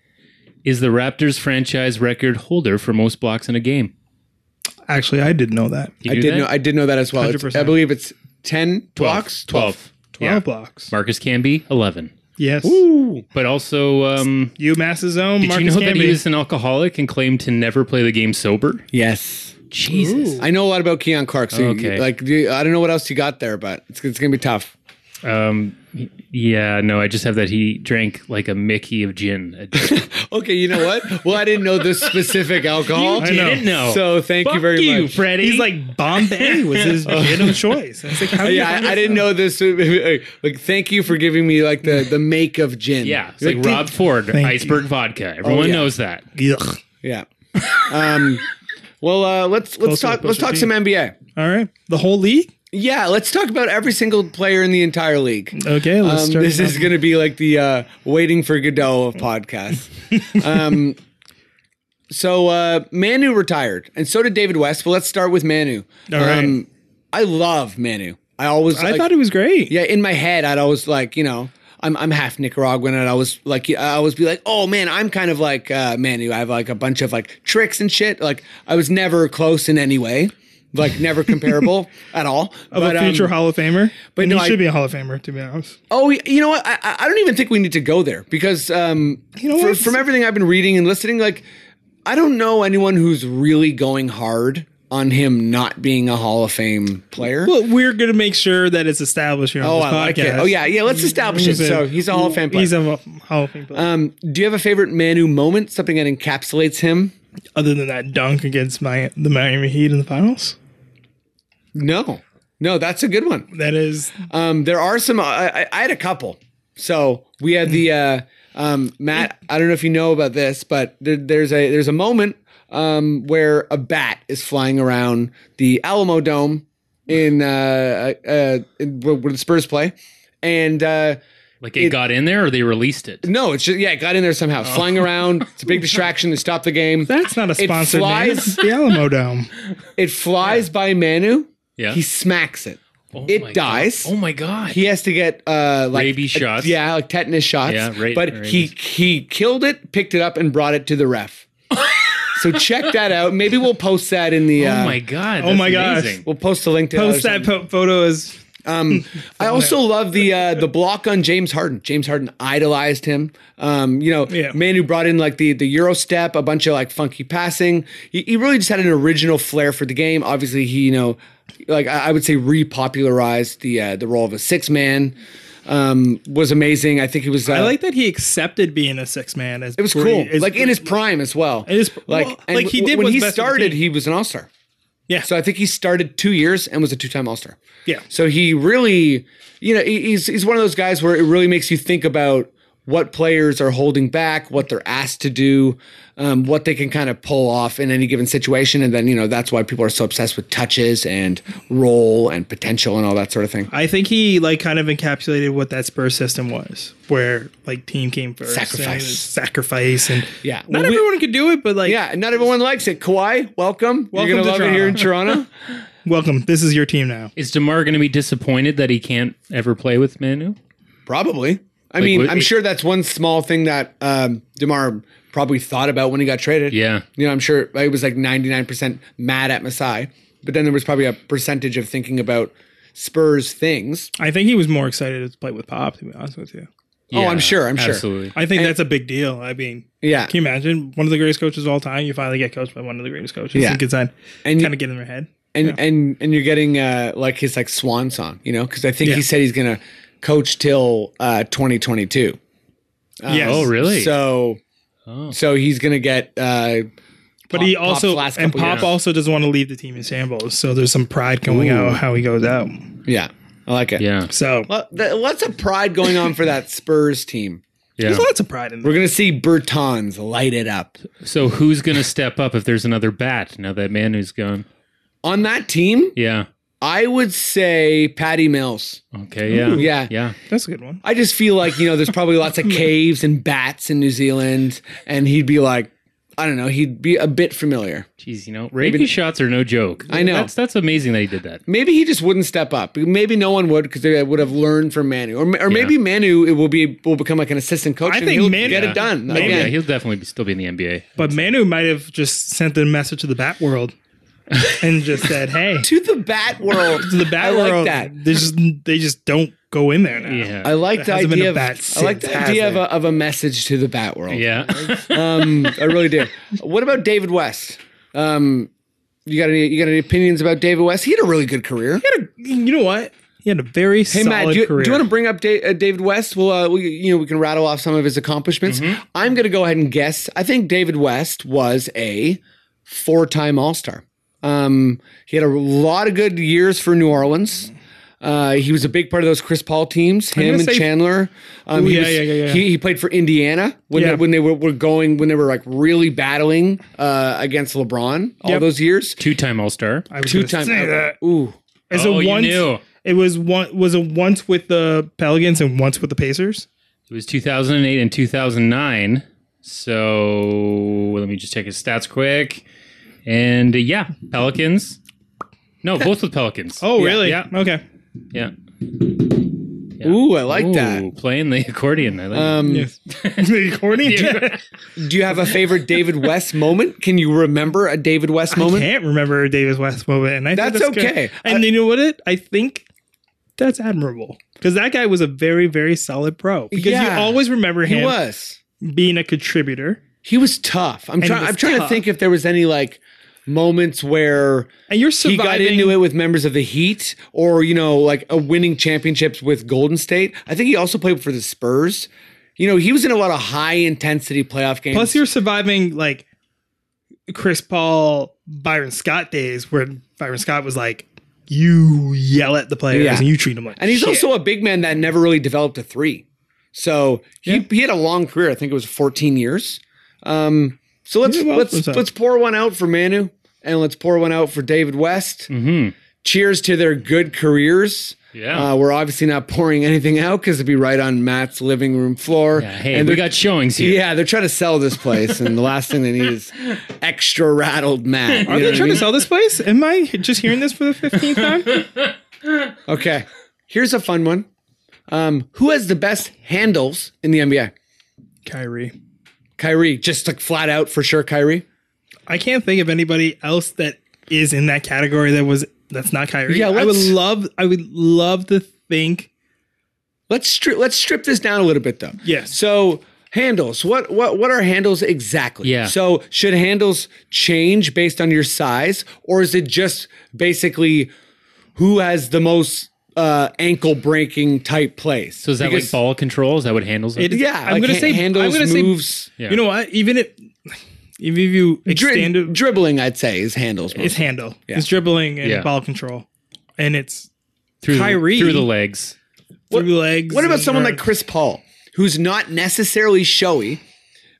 Speaker 2: is the Raptors franchise record holder for most blocks in a game?
Speaker 3: Actually, I didn't know that.
Speaker 2: Did
Speaker 1: I
Speaker 2: you
Speaker 1: did
Speaker 2: that?
Speaker 1: know. I did know that as well. It's- I
Speaker 3: 100%.
Speaker 1: believe it's 10
Speaker 2: 12.
Speaker 1: blocks.
Speaker 2: 12.
Speaker 3: Twelve
Speaker 2: Yeah.
Speaker 3: blocks.
Speaker 2: Marcus Camby, 11.
Speaker 3: Yes.
Speaker 2: But also, um,
Speaker 3: UMass's own.
Speaker 2: did
Speaker 3: Marcus
Speaker 2: you know that
Speaker 3: Camby.
Speaker 2: he was an alcoholic and claimed to never play the game sober?
Speaker 1: Yes.
Speaker 2: Jesus.
Speaker 1: I know a lot about Keon Clark. So,
Speaker 2: Okay.
Speaker 1: you, like, you- I don't know what else you got there, but it's, it's going to be tough.
Speaker 2: Um, yeah, no, I just have that he drank like a Mickey of gin. a day.
Speaker 1: Okay, you know what? Well, I didn't know this specific alcohol.
Speaker 2: I didn't know.
Speaker 1: So thank you
Speaker 2: Fuck
Speaker 1: very much.
Speaker 2: Freddie.
Speaker 3: He's like Bombay was his kid of choice. I was like, how do you
Speaker 1: yeah,
Speaker 3: find
Speaker 1: I, I
Speaker 3: this
Speaker 1: didn't
Speaker 3: out?
Speaker 1: know this. Like, thank you for giving me like the the make of gin.
Speaker 2: yeah, it's
Speaker 1: You're
Speaker 2: like Rob
Speaker 1: "Did-"
Speaker 2: Ford,
Speaker 3: Thank you.
Speaker 2: iceberg vodka. Everyone
Speaker 1: Oh, yeah.
Speaker 2: knows that.
Speaker 3: Ugh.
Speaker 1: Yeah. Um. Well, uh, let's let's
Speaker 3: Closer to
Speaker 1: talk let's
Speaker 3: Pusha
Speaker 1: talk
Speaker 3: T.
Speaker 1: some NBA.
Speaker 3: All right, the whole league.
Speaker 1: Yeah, let's talk about every single player in the entire league.
Speaker 3: Okay, let's
Speaker 1: Um,
Speaker 3: start.
Speaker 1: this is going to be like the uh, waiting for Godot of podcasts. um, so uh, Manu retired, and so did David West. But let's start with Manu. Um,
Speaker 3: All right.
Speaker 1: I love Manu. I always.
Speaker 3: I thought it was great.
Speaker 1: Yeah, in my head, I'd always like you know. I'm, I'm half Nicaraguan and I was like I always be like oh man I'm kind of like uh, Manu I have like a bunch of like tricks and shit like I was never close in any way like never comparable at all
Speaker 3: Of a
Speaker 1: um,
Speaker 3: future Hall of Famer, but
Speaker 1: no,
Speaker 3: he
Speaker 1: I-
Speaker 3: should be a Hall of Famer to be honest.
Speaker 1: Oh, y- you know what? I, I- I don't even think we need to go there because um, you
Speaker 3: know
Speaker 1: know
Speaker 3: what?
Speaker 1: from everything I've been reading and listening, like I don't know anyone who's really going hard on him not being a Hall of Fame player.
Speaker 3: Well, we're going to make sure that it's established here on
Speaker 1: oh,
Speaker 3: this
Speaker 1: I
Speaker 3: podcast.
Speaker 1: like it. Oh yeah, yeah. Let's establish it. So he's a Hall of Fame player.
Speaker 3: He's a Hall of Fame player.
Speaker 1: um, do you have a favorite Manu moment? Something that encapsulates him?
Speaker 3: Other than that dunk against my the Miami Heat in the finals,
Speaker 1: No, no. That's a good one.
Speaker 3: that is
Speaker 1: Um, there are some. I, I, I had a couple. So we had the uh, um, Matt. I don't know if you know about this, but there, there's a there's a moment um, where a bat is flying around the Alamo Dome in, uh, uh, in where, where the Spurs play, and uh,
Speaker 2: Like it, got in there or they released it.
Speaker 1: no, it's just yeah, it got in there somehow, It's flying around. It's a big distraction. They stop the game.
Speaker 3: that's not a
Speaker 1: It
Speaker 3: sponsored name.
Speaker 1: flies-
Speaker 3: It's the Alamo Dome.
Speaker 1: It flies by Manu.
Speaker 2: Yeah.
Speaker 1: He smacks it.
Speaker 2: Oh
Speaker 1: it
Speaker 2: my
Speaker 1: dies.
Speaker 2: God. Oh my god.
Speaker 1: he has to get uh like
Speaker 2: Rabies
Speaker 1: uh,
Speaker 2: shots.
Speaker 1: yeah, like tetanus shots.
Speaker 2: Yeah, ra-
Speaker 1: but he he killed it, picked it up, and brought it to the ref. so check that out. Maybe we'll post that in the. Uh,
Speaker 2: oh my god.
Speaker 3: Oh
Speaker 2: that's
Speaker 3: my gosh.
Speaker 2: amazing.
Speaker 1: We'll post a link to it or
Speaker 3: Post that
Speaker 1: something.
Speaker 3: po- photo as
Speaker 1: Um, I also love the uh, the block on James Harden. James Harden idolized him. Um, you know,
Speaker 3: Yeah.
Speaker 1: man who brought in like the the Euro step, a bunch of like funky passing. He, he really just had an original flair for the game. Obviously, he you know, like I, I would say, repopularized the uh, the role of a six man. Um, was amazing. I think he was. Uh,
Speaker 3: I like that he accepted being a six man. As
Speaker 1: It was cool. Like in his prime as well.
Speaker 3: It is-
Speaker 1: like
Speaker 3: well,
Speaker 1: and
Speaker 3: like, he
Speaker 1: w-
Speaker 3: did
Speaker 1: when
Speaker 3: what's
Speaker 1: he
Speaker 3: best for the
Speaker 1: started.
Speaker 3: team.
Speaker 1: He was an all star.
Speaker 3: yeah.
Speaker 1: So I think he started two years and was a two time All Star.
Speaker 3: Yeah.
Speaker 1: So he really, you know, he- he's he's one of those guys where it really makes you think about what players are holding back, what they're asked to do, um, what they can kind of pull off in any given situation, and then you know that's why people are so obsessed with touches and role and potential and all that sort of thing.
Speaker 3: I think he like kind of encapsulated what that Spurs system was, where like team came first, and
Speaker 1: Sacrifice.
Speaker 3: sacrifice, and
Speaker 1: Yeah.
Speaker 3: Not
Speaker 1: Well, we-
Speaker 3: everyone could do it, but like,
Speaker 1: Yeah, not everyone likes it. Kawhi, welcome.
Speaker 3: Welcome
Speaker 1: You're
Speaker 3: to
Speaker 1: gonna love it here in Toronto.
Speaker 3: welcome. This is your team now.
Speaker 2: Is Demar going to be disappointed that he can't ever play with Manu?
Speaker 1: Probably. I mean,
Speaker 2: what-
Speaker 1: I'm sure that's one small thing that um, Demar probably thought about when he got traded.
Speaker 2: Yeah.
Speaker 1: you know, I'm sure it was like 99% mad at Masai, but then there was probably a percentage of thinking about Spurs things.
Speaker 3: I think he was more excited to play with Pop. To be honest with you,
Speaker 1: oh, I'm sure. I'm sure.
Speaker 2: Absolutely.
Speaker 3: I think that's a big deal. I mean,
Speaker 1: Yeah.
Speaker 3: can you imagine one of the greatest coaches of all time? You finally get coached by one of the greatest coaches.
Speaker 1: Yeah.
Speaker 3: you can sign,
Speaker 1: And-
Speaker 3: kind of get in their head.
Speaker 1: And, and, and you're getting uh, like his like swan song, you know, because I think
Speaker 3: Yeah.
Speaker 1: he said he's going to coach till uh, 2022.
Speaker 3: yes.
Speaker 2: Oh really?
Speaker 1: So,
Speaker 2: Oh,
Speaker 1: so he's going to get, uh,
Speaker 3: But
Speaker 1: Pop-
Speaker 3: he
Speaker 1: Pop's
Speaker 3: also
Speaker 1: last
Speaker 3: and
Speaker 1: couple
Speaker 3: Pop
Speaker 1: years.
Speaker 3: also doesn't want to leave the team in shambles. So there's some pride going out how he goes out.
Speaker 1: yeah, I like it.
Speaker 2: yeah.
Speaker 3: So
Speaker 1: Well, th- lots of pride going on for that Spurs team.
Speaker 2: Yeah.
Speaker 3: there's lots of pride in
Speaker 1: We're
Speaker 3: that.
Speaker 1: going to see Bertans light it up.
Speaker 2: So who's going to step up if there's another bat now that Manu's gone?
Speaker 1: On that team,
Speaker 2: Yeah.
Speaker 1: I would say Patty Mills.
Speaker 2: Okay. Yeah.
Speaker 1: yeah.
Speaker 2: Yeah.
Speaker 3: That's a good one.
Speaker 1: I just feel like, you know, there's probably lots of caves and bats in New Zealand, and he'd be like, I don't know, he'd be a bit familiar.
Speaker 2: Jeez, you know, Raby shots are no joke.
Speaker 1: I know.
Speaker 2: That's that's amazing that he did that.
Speaker 1: Maybe he just wouldn't step up. Maybe no one would because they would have learned from Manu, or, or maybe Manu it will be will become like an assistant coach.
Speaker 3: I
Speaker 1: and
Speaker 3: think
Speaker 1: he'll
Speaker 3: Manu-
Speaker 1: get
Speaker 3: Yeah.
Speaker 1: it done.
Speaker 3: Maybe.
Speaker 2: Yeah,
Speaker 1: again.
Speaker 2: he'll definitely be, still be in the NBA.
Speaker 3: But Manu might have just sent the message to the Bat World and just said, "Hey,
Speaker 1: to the bat world.
Speaker 3: to the Bat
Speaker 1: I like
Speaker 3: World,
Speaker 1: that.
Speaker 3: they just they just don't go in there now."
Speaker 2: Yeah.
Speaker 1: I like
Speaker 3: There
Speaker 1: the
Speaker 3: hasn't been
Speaker 1: idea.
Speaker 3: a
Speaker 1: Of,
Speaker 3: bat
Speaker 1: I like
Speaker 3: since,
Speaker 1: the
Speaker 3: has
Speaker 1: idea of a,
Speaker 3: there?
Speaker 1: of a message to the bat world.
Speaker 2: yeah.
Speaker 1: um, I really do. What about David West? Um, you got any you got any opinions about David West? He had a really good career.
Speaker 3: He had a- you know what? He had a very
Speaker 1: Hey
Speaker 3: solid
Speaker 1: Matt, do you,
Speaker 3: career.
Speaker 1: want to bring up da- uh, David West? Well, uh, we, you know we can rattle off some of his accomplishments.
Speaker 3: Mm-hmm.
Speaker 1: I'm going to go ahead and guess. I think David West was a four-time All-Star. Um, he had a lot of good years for New Orleans. Uh, he was a big part of those Chris Paul teams,
Speaker 3: I'm
Speaker 1: him
Speaker 3: gonna
Speaker 1: and
Speaker 3: say-
Speaker 1: Chandler. Um,
Speaker 3: Ooh,
Speaker 1: he
Speaker 3: yeah,
Speaker 1: was-
Speaker 3: yeah, yeah, yeah.
Speaker 1: He, he played for Indiana when
Speaker 3: Yeah.
Speaker 1: they, when they were, were going when they were like really battling uh, against LeBron all
Speaker 3: Yep.
Speaker 1: those years.
Speaker 2: Two time All Star.
Speaker 3: I was gonna
Speaker 1: Two-time.
Speaker 3: say that.
Speaker 1: Ooh,
Speaker 3: As
Speaker 2: Oh,
Speaker 3: a
Speaker 2: you
Speaker 3: once,
Speaker 2: knew.
Speaker 3: It was one was a once with the Pelicans and once with the Pacers.
Speaker 2: It was 2008 and 2009. So let me just check his stats quick. And uh, yeah, Pelicans. No, both with Pelicans.
Speaker 3: Oh,
Speaker 2: Yeah,
Speaker 3: really?
Speaker 2: Yeah.
Speaker 3: Okay.
Speaker 2: Yeah.
Speaker 1: ooh, I like
Speaker 2: Ooh,
Speaker 1: that.
Speaker 2: Playing the accordion. I like
Speaker 1: Um,
Speaker 3: Yes. the accordion.
Speaker 1: Do you have a favorite David West moment? Can you remember a David West
Speaker 3: I
Speaker 1: moment?
Speaker 3: can't remember a Davis West moment, and I think
Speaker 1: That's
Speaker 3: good.
Speaker 1: okay.
Speaker 3: And you know what? It I think that's admirable because that guy was a very very solid pro. Because
Speaker 1: Yeah.
Speaker 3: you always remember
Speaker 1: He
Speaker 3: him
Speaker 1: was.
Speaker 3: being a contributor,
Speaker 1: He was tough. I'm
Speaker 3: he
Speaker 1: trying.
Speaker 3: was
Speaker 1: I'm trying to
Speaker 3: tough.
Speaker 1: think if there was any like moments where
Speaker 3: and you're
Speaker 1: he
Speaker 3: surviving.
Speaker 1: got into it with members of the Heat or you know like a winning championships with Golden State. I think he also played for the Spurs. You know, he was in a lot of high intensity playoff games.
Speaker 3: Plus, you're surviving like Chris Paul, Byron Scott days, where Byron Scott was like, you yell at the players
Speaker 1: Yeah.
Speaker 3: and you treat them like,
Speaker 1: and he's
Speaker 3: shit.
Speaker 1: also a big man that never really developed a three. So he, he had a long career. I think it was 14 years. Um, so let's
Speaker 3: Yeah, well,
Speaker 1: let's
Speaker 3: that's not-
Speaker 1: let's pour one out for Manu and let's pour one out for David West.
Speaker 3: Mm-hmm.
Speaker 1: Cheers to their good careers.
Speaker 2: Yeah.
Speaker 1: Uh, we're obviously not pouring anything out because it'd be right on Matt's living room floor.
Speaker 2: that. Hey,
Speaker 1: and
Speaker 2: we
Speaker 1: they're-
Speaker 2: got showings here.
Speaker 1: yeah, they're trying to sell this place, and the last thing they need is extra rattled Matt.
Speaker 3: Are they trying to sell this place? Am I just hearing this for the fifteenth time?
Speaker 1: Okay, here's a fun one. Um, who has the best handles in the NBA?
Speaker 3: Kyrie.
Speaker 1: Kyrie, just like flat out for sure, Kyrie.
Speaker 3: I can't think of anybody else that is in that category that was that's not Kyrie.
Speaker 1: Yeah,
Speaker 3: I would
Speaker 1: let's-
Speaker 3: love I would love to think
Speaker 1: Let's strip let's strip this down a little bit though.
Speaker 3: Yes.
Speaker 1: So handles. What what what are handles exactly?
Speaker 2: Yeah.
Speaker 1: So should handles change based on your size, or is it just basically who has the most uh, ankle breaking type plays?
Speaker 2: So is that like ball control? Is that what handles it?
Speaker 3: it is-
Speaker 1: Yeah,
Speaker 3: I'm
Speaker 1: like
Speaker 3: gonna
Speaker 1: ha-
Speaker 3: say
Speaker 1: handles,
Speaker 3: I'm gonna
Speaker 1: moves.
Speaker 3: say
Speaker 2: Yeah.
Speaker 3: you know what? Even if even if you
Speaker 1: Dri-
Speaker 3: extend it,
Speaker 1: dribbling, I'd say, is handles.
Speaker 3: it's
Speaker 1: Most.
Speaker 3: handle. It's dribbling and
Speaker 2: Yeah.
Speaker 3: ball control. And it's
Speaker 2: Through
Speaker 3: Kyrie.
Speaker 2: The, through the legs.
Speaker 3: through legs.
Speaker 1: What about
Speaker 3: and-
Speaker 1: someone
Speaker 3: or-
Speaker 1: like Chris Paul, who's not necessarily showy,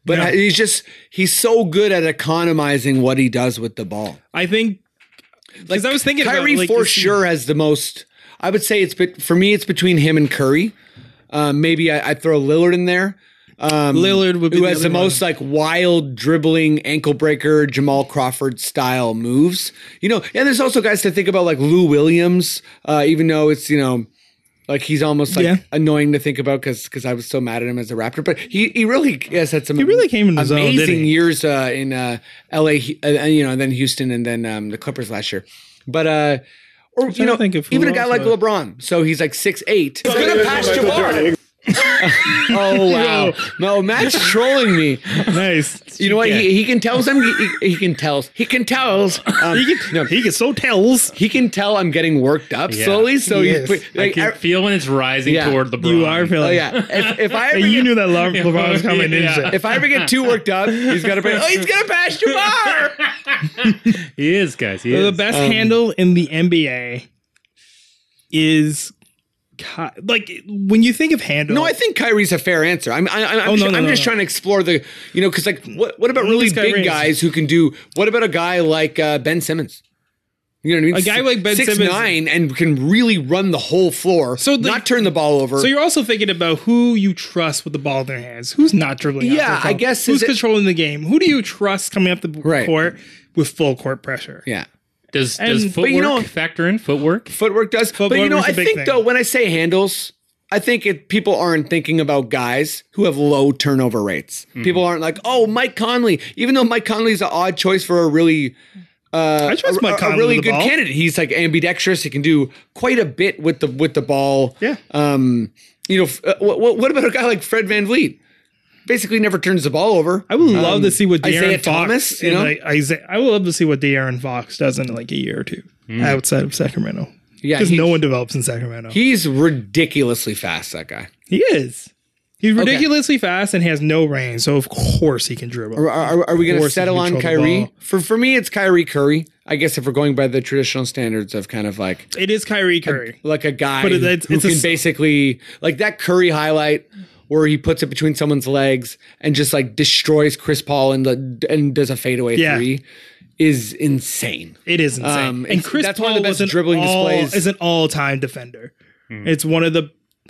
Speaker 1: but
Speaker 3: No.
Speaker 1: he's just he's so good at economizing what he does with the ball.
Speaker 3: I think because I was thinking about,
Speaker 1: Kyrie
Speaker 3: like,
Speaker 1: for
Speaker 3: this-
Speaker 1: sure has the most. I would say it's bet- for me. It's between him and Curry. Um, maybe I, I'd throw Lillard in there. Um,
Speaker 3: Lillard would be
Speaker 1: who
Speaker 3: the
Speaker 1: has the
Speaker 3: other one.
Speaker 1: most like wild dribbling ankle breaker Jamal Crawford style moves. You know, and there's also guys to think about like Lou Williams. Uh, even though it's you know. Like he's almost like
Speaker 3: Yeah.
Speaker 1: annoying to think about because I was so mad at him as a Raptor, but he, he really has had some he
Speaker 3: really came into his own, didn't
Speaker 1: amazing
Speaker 3: he?
Speaker 1: years uh, in uh, L.A. he- Uh, you know, and then Houston, and then um, the Clippers last year. But uh, or you
Speaker 3: trying to
Speaker 1: know,
Speaker 3: think of who
Speaker 1: even a guy
Speaker 3: else
Speaker 1: like
Speaker 3: would-
Speaker 1: LeBron. So he's like six eight. He's gonna pass Jabbar. oh wow! No, Matt's trolling me.
Speaker 3: nice.
Speaker 1: You know what? He, he can tell some. He, he can tell. He can tell. Um,
Speaker 3: he can, he can so tells.
Speaker 1: he can tell I'm getting worked up
Speaker 2: Yeah.
Speaker 1: slowly. So
Speaker 3: He
Speaker 1: he's
Speaker 3: is.
Speaker 1: put-
Speaker 2: I
Speaker 1: like,
Speaker 2: can
Speaker 1: I-
Speaker 2: feel when it's rising
Speaker 1: Yeah.
Speaker 2: toward the
Speaker 3: You are
Speaker 1: oh
Speaker 3: feeling.
Speaker 1: yeah. If, if I ever
Speaker 3: Hey, you
Speaker 1: get-
Speaker 3: knew that Le- LeBron was coming in.
Speaker 2: Yeah.
Speaker 1: if I ever get too worked up, he's gonna be. Oh, he's gonna pass Jabbar.
Speaker 2: He is, guys. He
Speaker 3: The
Speaker 2: is.
Speaker 3: best
Speaker 1: Um,
Speaker 3: handle in the NBA is Ky- like when you think of handle.
Speaker 1: No, I think Kyrie's a fair answer. I'm, I, I'm,
Speaker 3: Oh, no, no,
Speaker 1: I'm
Speaker 3: no,
Speaker 1: just
Speaker 3: no.
Speaker 1: trying to explore the, you know, because like, what, what about really
Speaker 3: This guy
Speaker 1: big
Speaker 3: raised-
Speaker 1: guys who can do? What about a guy like uh, Ben Simmons? You know what I mean?
Speaker 3: A guy like Ben
Speaker 1: six,
Speaker 3: Simmons-
Speaker 1: nine, and can really run the whole floor.
Speaker 3: So
Speaker 1: So
Speaker 3: the-
Speaker 1: not turn the ball over.
Speaker 3: So you're also thinking about who you trust with the ball in their hands. Who's not dribbling? out
Speaker 1: Yeah,
Speaker 3: their
Speaker 1: I
Speaker 3: fault?
Speaker 1: guess
Speaker 3: who's
Speaker 1: is it-
Speaker 3: controlling the game. Who do you trust coming up the b-
Speaker 1: Right.
Speaker 3: court with full court pressure?
Speaker 1: yeah.
Speaker 2: Does
Speaker 3: And-
Speaker 2: does
Speaker 3: but
Speaker 2: footwork
Speaker 1: you know-
Speaker 2: factor in footwork?
Speaker 1: Footwork does, but you
Speaker 3: Footwork
Speaker 1: know,
Speaker 3: is a
Speaker 1: I
Speaker 3: big
Speaker 1: think
Speaker 3: thing.
Speaker 1: though when I say handles, I think if people aren't thinking about guys who have low turnover rates,
Speaker 3: Mm-hmm.
Speaker 1: people aren't like, oh, Mike Conley. Even though Mike Conley's an odd choice for a really, uh,
Speaker 3: I trust
Speaker 1: a,
Speaker 3: Mike
Speaker 1: a
Speaker 3: Conley
Speaker 1: really
Speaker 3: with the
Speaker 1: good
Speaker 3: ball.
Speaker 1: candidate. He's like ambidextrous. He can do quite a bit with the with the ball.
Speaker 3: Yeah.
Speaker 1: Um, you know, f- uh, what, what about a guy like Fred Van Vliet? Basically, never turns the ball over.
Speaker 3: I would love
Speaker 1: Um,
Speaker 3: to see what De'Aaron
Speaker 1: Isaiah
Speaker 3: Fox
Speaker 1: Thomas, you
Speaker 3: and,
Speaker 1: know?
Speaker 3: like, Isaiah, I would love to see what De'Aaron Fox does in like a year or two outside of Sacramento.
Speaker 1: Mm. Yeah,
Speaker 3: because
Speaker 1: he-
Speaker 3: no one develops in Sacramento. He,
Speaker 1: He's ridiculously fast. That guy.
Speaker 3: is. He's ridiculously fast and has no range, so of course he can dribble.
Speaker 1: Are, are, are we going to
Speaker 3: Force and
Speaker 1: settle on
Speaker 3: control the
Speaker 1: Kyrie?
Speaker 3: ball.
Speaker 1: For for me, it's Kyrie Curry. I guess if we're going by the traditional standards of kind of like
Speaker 3: It is Kyrie Curry.
Speaker 1: like a guy
Speaker 3: But it's-
Speaker 1: who
Speaker 3: it's a
Speaker 1: can
Speaker 3: s-
Speaker 1: basically like that Curry highlight where he puts it between someone's legs and just like destroys Chris Paul and the, and does a fadeaway
Speaker 3: Yeah.
Speaker 1: three is insane.
Speaker 3: It is insane.
Speaker 1: Um,
Speaker 3: and
Speaker 1: it's-
Speaker 3: Chris
Speaker 1: that's
Speaker 3: Paul
Speaker 1: one of the best
Speaker 3: was an
Speaker 1: dribbling
Speaker 3: all,
Speaker 1: displays.
Speaker 3: is an all-time defender. It's one of the.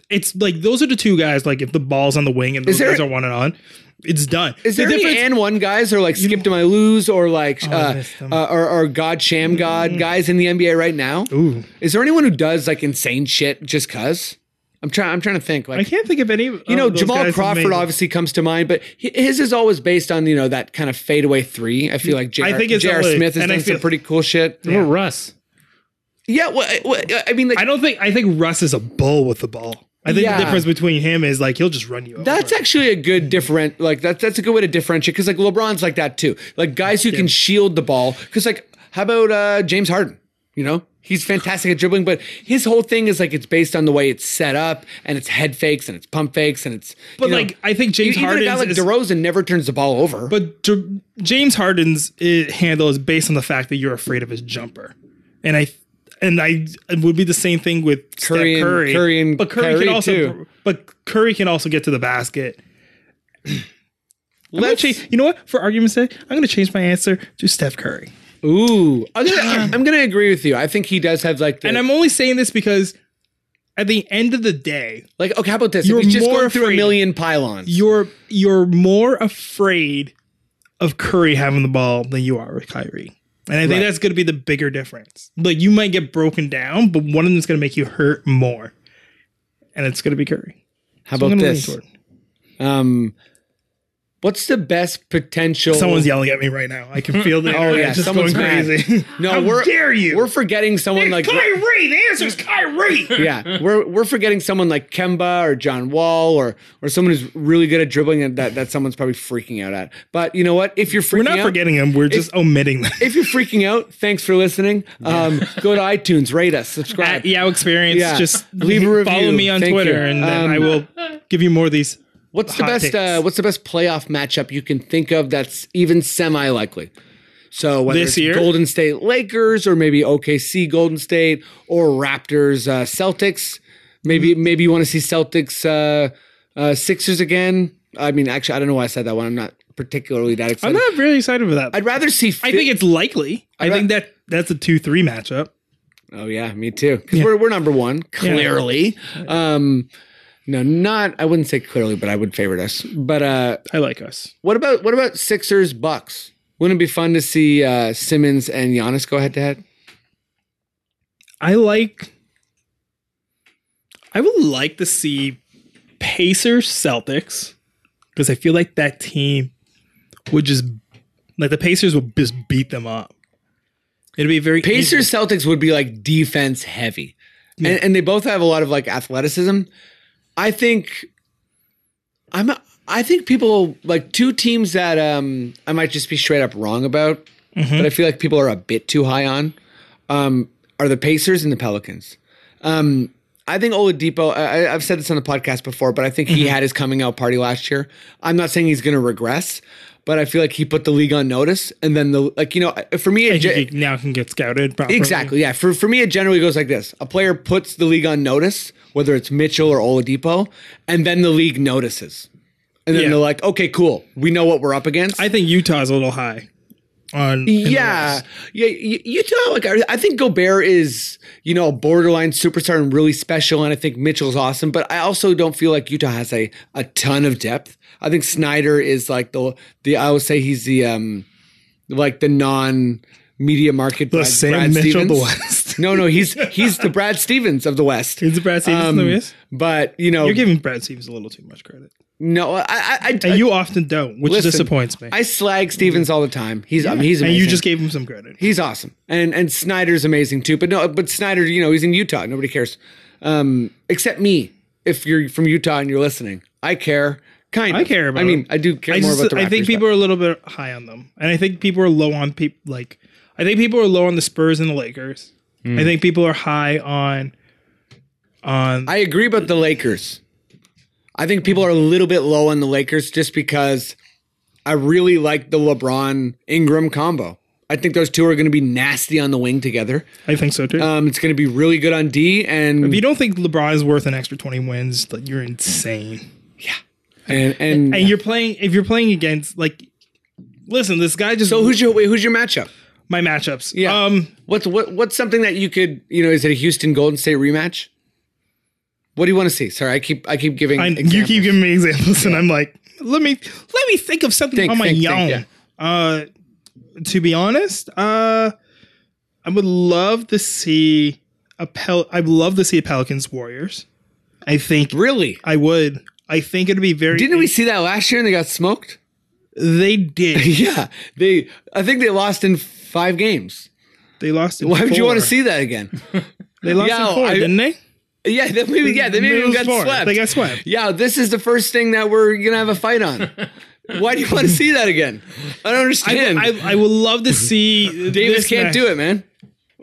Speaker 3: It's like those are the two guys. Like if the ball's on the wing and those
Speaker 1: Is there-
Speaker 3: guys are one and on, it's done.
Speaker 1: Is there
Speaker 3: the
Speaker 1: any and one guys or like skip to my lose or like uh,
Speaker 3: Oh, missed them.
Speaker 1: uh, or, or God Sham God guys in the NBA right now?
Speaker 3: Mm. Ooh.
Speaker 1: Is there anyone who does like insane shit just cause? I'm trying. I'm trying to think. Like
Speaker 3: I can't think of any.
Speaker 1: you know, Jamal Crawford obviously comes to mind, but hi- his is always based on you know that kind of fadeaway three. I feel like J.R.
Speaker 3: think it's
Speaker 1: J.R.
Speaker 3: only-
Speaker 1: Smith has
Speaker 3: and I
Speaker 1: done
Speaker 3: feel-
Speaker 1: some pretty cool shit.
Speaker 2: Or Russ?
Speaker 1: Yeah, well, I- well, I mean, like,
Speaker 3: I don't think. I think Russ is a bull with the ball. I think
Speaker 1: Yeah.
Speaker 3: the difference between him is like he'll just run you.
Speaker 1: that's
Speaker 3: over.
Speaker 1: actually a good different. Like that's that's a good way to differentiate because like LeBron's like that too. Like guys who can shield the ball. Because like how about uh James Harden? You know. He's fantastic at dribbling, but his whole thing is like it's based on the way it's set up, and it's head fakes, and it's pump fakes, and it's.
Speaker 3: But
Speaker 1: you know,
Speaker 3: like I think James
Speaker 1: even
Speaker 3: Harden
Speaker 1: a guy like
Speaker 3: is.
Speaker 1: DeRozan never turns the ball over.
Speaker 3: but J- James Harden's uh handle is based on the fact that you're afraid of his jumper, and I and I it would be the same thing with
Speaker 1: Curry and-
Speaker 3: Steph Curry.
Speaker 1: Curry and
Speaker 3: but Curry
Speaker 1: Kyrie,
Speaker 3: can also
Speaker 1: too.
Speaker 3: but Curry can also get to the basket. I'm gonna
Speaker 1: Let's-
Speaker 3: change, you know what? For argument's sake, I'm going to change my answer to Steph Curry.
Speaker 1: Ooh, I'm gonna, I'm gonna agree with you. I think he does have like the
Speaker 3: And I'm only saying this because at the end of the day,
Speaker 1: like. Okay, how about this?
Speaker 3: You're
Speaker 1: If he's just
Speaker 3: more
Speaker 1: going through a
Speaker 3: afraid-
Speaker 1: million pylons.
Speaker 3: you're you're more afraid of Curry having the ball than you are with Kyrie. And I think
Speaker 1: Right.
Speaker 3: that's going to be the bigger difference. Like you might get broken down, but one of them's going to make you hurt more. And it's going to be Curry.
Speaker 1: how
Speaker 3: I'm
Speaker 1: about
Speaker 3: gonna lean
Speaker 1: this?
Speaker 3: toward-
Speaker 1: Um, what's the best potential?
Speaker 3: Someone's yelling at me right now. I can feel the
Speaker 1: Oh yeah,
Speaker 3: just
Speaker 1: someone's
Speaker 3: going
Speaker 1: mad.
Speaker 3: crazy.
Speaker 1: No,
Speaker 3: How
Speaker 1: we're
Speaker 3: dare you?
Speaker 1: We're forgetting someone like
Speaker 3: Kyrie, the answer's Kyrie.
Speaker 1: yeah, we're we're forgetting someone like Kemba or John Wall or or someone who's really good at dribbling and that that someone's probably freaking out at. But you know what? If you're freaking
Speaker 3: We're not
Speaker 1: out,
Speaker 3: forgetting him. We're just omitting them.
Speaker 1: If you're freaking out, thanks for listening. Um, go to iTunes, rate us, subscribe.
Speaker 3: at Yao Experience.
Speaker 1: Yeah.
Speaker 3: Just
Speaker 1: Leave a review.
Speaker 3: Follow me on
Speaker 1: Thank
Speaker 3: Twitter,
Speaker 1: you.
Speaker 3: and then
Speaker 1: Um,
Speaker 3: I will give you more of these.
Speaker 1: What's the
Speaker 3: hot
Speaker 1: best?
Speaker 3: takes.
Speaker 1: Uh, what's the best playoff matchup you can think of that's even semi likely? So whether
Speaker 3: This
Speaker 1: it's
Speaker 3: year?
Speaker 1: Golden State Lakers or maybe OKC Golden State or Raptors uh, Celtics. Maybe
Speaker 3: Mm-hmm.
Speaker 1: maybe you want to see Celtics uh, uh, Sixers again. I mean, actually, I don't know why I said that one. I'm not particularly that
Speaker 3: I'm
Speaker 1: excited.
Speaker 3: not really excited for that. I,
Speaker 1: I'd rather see.
Speaker 3: think it's likely. I,
Speaker 1: I'd
Speaker 3: think that that's a two-three matchup.
Speaker 1: Oh yeah, me too. Because we're we're number one clearly. Um, no, not. I wouldn't say clearly, but I would favorite us. But uh,
Speaker 3: I like us.
Speaker 1: What about what about Sixers Bucks? Wouldn't it be fun to see uh, Simmons and Giannis go head to head?
Speaker 3: I like. I would like to see Pacers Celtics because I feel like that team would just like the Pacers would just beat them up. It'd be very easy.
Speaker 1: Pacers Celtics would be like defense heavy, and, and they both have a lot of like athleticism. I think I'm I think people like two teams that um I might just be straight up wrong about,
Speaker 3: Mm-hmm.
Speaker 1: but I feel like people are a bit too high on um are the Pacers and the Pelicans. Um I think Oladipo. I, I- I've said this on the podcast before, but I think
Speaker 3: Mm-hmm.
Speaker 1: he had his coming out party last year. I'm not saying he's going to regress, but I feel like he put the league on notice. And then the like, you know, for me, it,
Speaker 3: I
Speaker 1: ge-
Speaker 3: think you now can get scouted properly.
Speaker 1: Exactly. Yeah. For for me, it generally goes like this: a player puts the league on notice, whether it's Mitchell or Oladipo, and then the league notices, and then
Speaker 3: Yeah.
Speaker 1: they're like, "Okay, cool. We know what we're up against."
Speaker 3: I think Utah's a little high. on. in the
Speaker 1: Yeah,
Speaker 3: West.
Speaker 1: yeah. You, you tell like I I think Gobert is you know a borderline superstar and really special, and I think Mitchell's awesome. But I also don't feel like Utah has a a ton of depth. I think Snyder is like the the I would say he's the um like the non media market
Speaker 3: the
Speaker 1: Brad-
Speaker 3: Sam
Speaker 1: Brad
Speaker 3: Mitchell of the
Speaker 1: Stevens.
Speaker 3: West.
Speaker 1: No, no, he's he's the Brad Stevens of the West.
Speaker 3: Is it Brad Stevens
Speaker 1: Um, oh.
Speaker 3: um, Lewis?
Speaker 1: But you know,
Speaker 3: You're giving Brad Stevens a little too much credit,
Speaker 1: no, I I, I,
Speaker 3: and you often don't, which
Speaker 1: Listen,
Speaker 3: disappoints me.
Speaker 1: I slag Stevens all the time. He's I mean, he's
Speaker 3: and
Speaker 1: amazing.
Speaker 3: you just gave him some credit.
Speaker 1: He's awesome, and and Snyder's amazing too. But no, but Snyder, you know, he's in Utah. Nobody cares, um, except me. If you're from Utah and you're listening, I care. Kind of.
Speaker 3: I care about
Speaker 1: I mean,
Speaker 3: him.
Speaker 1: I do care
Speaker 3: I
Speaker 1: more
Speaker 3: just-
Speaker 1: about the
Speaker 3: I think
Speaker 1: Raptors,
Speaker 3: people are a little bit high on them, and I think people are low on people. Like, I think people are low on the Spurs and the Lakers.
Speaker 1: Hmm.
Speaker 3: I think people are high on on
Speaker 1: but I agree about the Lakers. I think people are a little bit low on the Lakers just because I really like the LeBron Ingram combo. I think those two are going to be nasty on the wing together.
Speaker 3: I think so too.
Speaker 1: Um, it's going to be really good on D and
Speaker 3: if you don't think LeBron is worth an extra 20 wins, like you're insane.
Speaker 1: and and.
Speaker 3: And you're playing if you're playing against like listen, this guy just
Speaker 1: so who's your wait, who's your matchup?
Speaker 3: my matchups.
Speaker 1: Yeah.
Speaker 3: Um
Speaker 1: What's what what's something that you could you know? Is it a Houston Golden State rematch? What do you want to see? Sorry, I keep I keep giving.
Speaker 3: I, you
Speaker 1: examples.
Speaker 3: keep giving me examples and I'm like, let me let me think of something
Speaker 1: Think,
Speaker 3: on my
Speaker 1: think, think,
Speaker 3: own.
Speaker 1: yeah.
Speaker 3: Uh to be honest, uh I would love to see a Pel- I'd love to see a Pelicans Warriors. I think
Speaker 1: really.
Speaker 3: I would. I think it'd be very
Speaker 1: Didn't we see that last year and they got smoked?
Speaker 3: they did.
Speaker 1: Yeah, they. I think they lost in five games.
Speaker 3: They lost in
Speaker 1: Why would you want to
Speaker 3: four.
Speaker 1: see that again?
Speaker 3: They lost
Speaker 1: Yeah,
Speaker 3: in four,
Speaker 1: I-
Speaker 3: didn't they?
Speaker 1: Yeah, they maybe. Yeah, they maybe
Speaker 3: They
Speaker 1: even got
Speaker 3: lost four.
Speaker 1: swept.
Speaker 3: They got swept.
Speaker 1: Yeah, this is the first thing that we're gonna have a fight on. Why do you want to see that again? I don't understand.
Speaker 3: I, I, I would love to see
Speaker 1: Davis can't do it, man.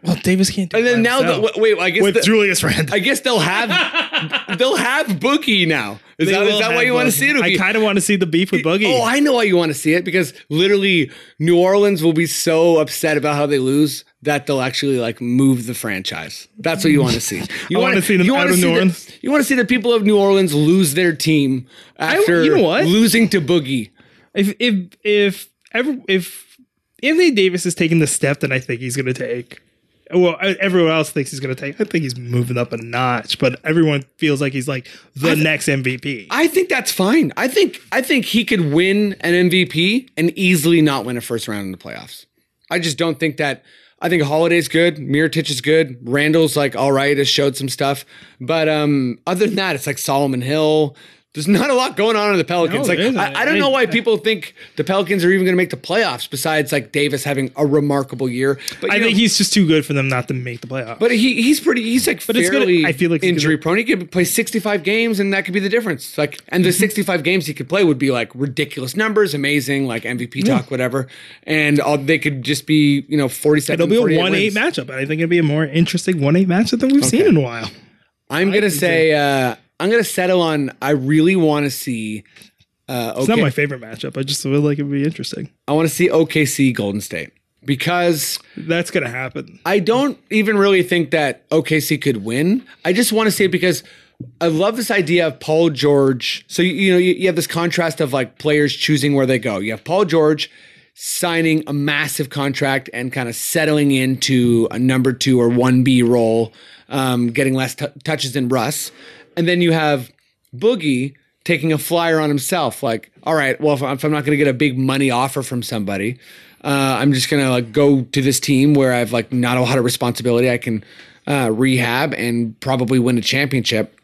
Speaker 3: Well, Davis can't do
Speaker 1: And
Speaker 3: it.
Speaker 1: then
Speaker 3: by
Speaker 1: now, the,
Speaker 3: himself.
Speaker 1: wa- wait, I guess
Speaker 3: with
Speaker 1: the-
Speaker 3: Julius Randle,
Speaker 1: I guess they'll have they'll have Boogie now. Is
Speaker 3: They
Speaker 1: that, is
Speaker 3: will
Speaker 1: that why
Speaker 3: have
Speaker 1: you want to
Speaker 3: Boogie.
Speaker 1: see it? It'll
Speaker 3: I
Speaker 1: be-
Speaker 3: kind of want to see the beef with Boogie.
Speaker 1: Oh, I know why you want to see it because literally New Orleans will be so upset about how they lose that they'll actually like move the franchise. That's what you want to see. You wanna-
Speaker 3: I wanna see them
Speaker 1: you wanna
Speaker 3: out of
Speaker 1: see
Speaker 3: New
Speaker 1: the-
Speaker 3: Orleans.
Speaker 1: you want to see the people of New Orleans lose their team after
Speaker 3: you know what?
Speaker 1: losing to Boogie.
Speaker 3: if if if ever if Anthony Davis is taking the step that I think he's going to take. Well, I- everyone else thinks he's going to take. I think he's moving up a notch, but everyone feels like he's like the next MVP.
Speaker 1: I think that's fine. I think I think he could win an MVP and easily not win a first round in the playoffs. I just don't think that. I think Holiday's good, Miritich is good, Randall's like all right, has showed some stuff, but um, other than that, it's like Solomon Hill. There's not a lot going on in the Pelicans.
Speaker 3: No,
Speaker 1: like
Speaker 3: there isn't.
Speaker 1: I, I don't know why people think the Pelicans are even going to make the playoffs. Besides, like Davis having a remarkable year, but
Speaker 3: I
Speaker 1: you know-
Speaker 3: think he's just too good for them not to make the playoffs.
Speaker 1: But he he's pretty he's like
Speaker 3: it's gonna-
Speaker 1: fairly
Speaker 3: I feel like it's gonna-
Speaker 1: injury prone. He could play sixty five games and that could be the difference. Like and the
Speaker 3: Mm-hmm.
Speaker 1: sixty five games he could play would be like ridiculous numbers, amazing, like MVP talk, whatever. And all, they could just be you know forty seven.
Speaker 3: It'll be a one eight matchup, and I think it'd be a more interesting one eight matchup than we've seen in a while.
Speaker 1: I'm gonna say uh, I'm gonna settle on. I really want to see. Uh,
Speaker 3: It's
Speaker 1: OK
Speaker 3: not my favorite matchup. I just feel like it'd be interesting.
Speaker 1: I want to see OKC Golden State because
Speaker 3: That's gonna happen.
Speaker 1: I don't even really think that OKC could win. I just want to say it because I love this idea of Paul George. So you, you know you, you have this contrast of like players choosing where they go. You have Paul George signing a massive contract and kind of settling into a number two or one B role, um, getting less t- touches than Russ, and then you have Boogie taking a flyer on himself. Like, all right, well, if, I'm- if I'm not going to get a big money offer from somebody, uh, I'm just going to like go to this team where I've like not a lot of responsibility. I can uh, rehab and probably win a championship.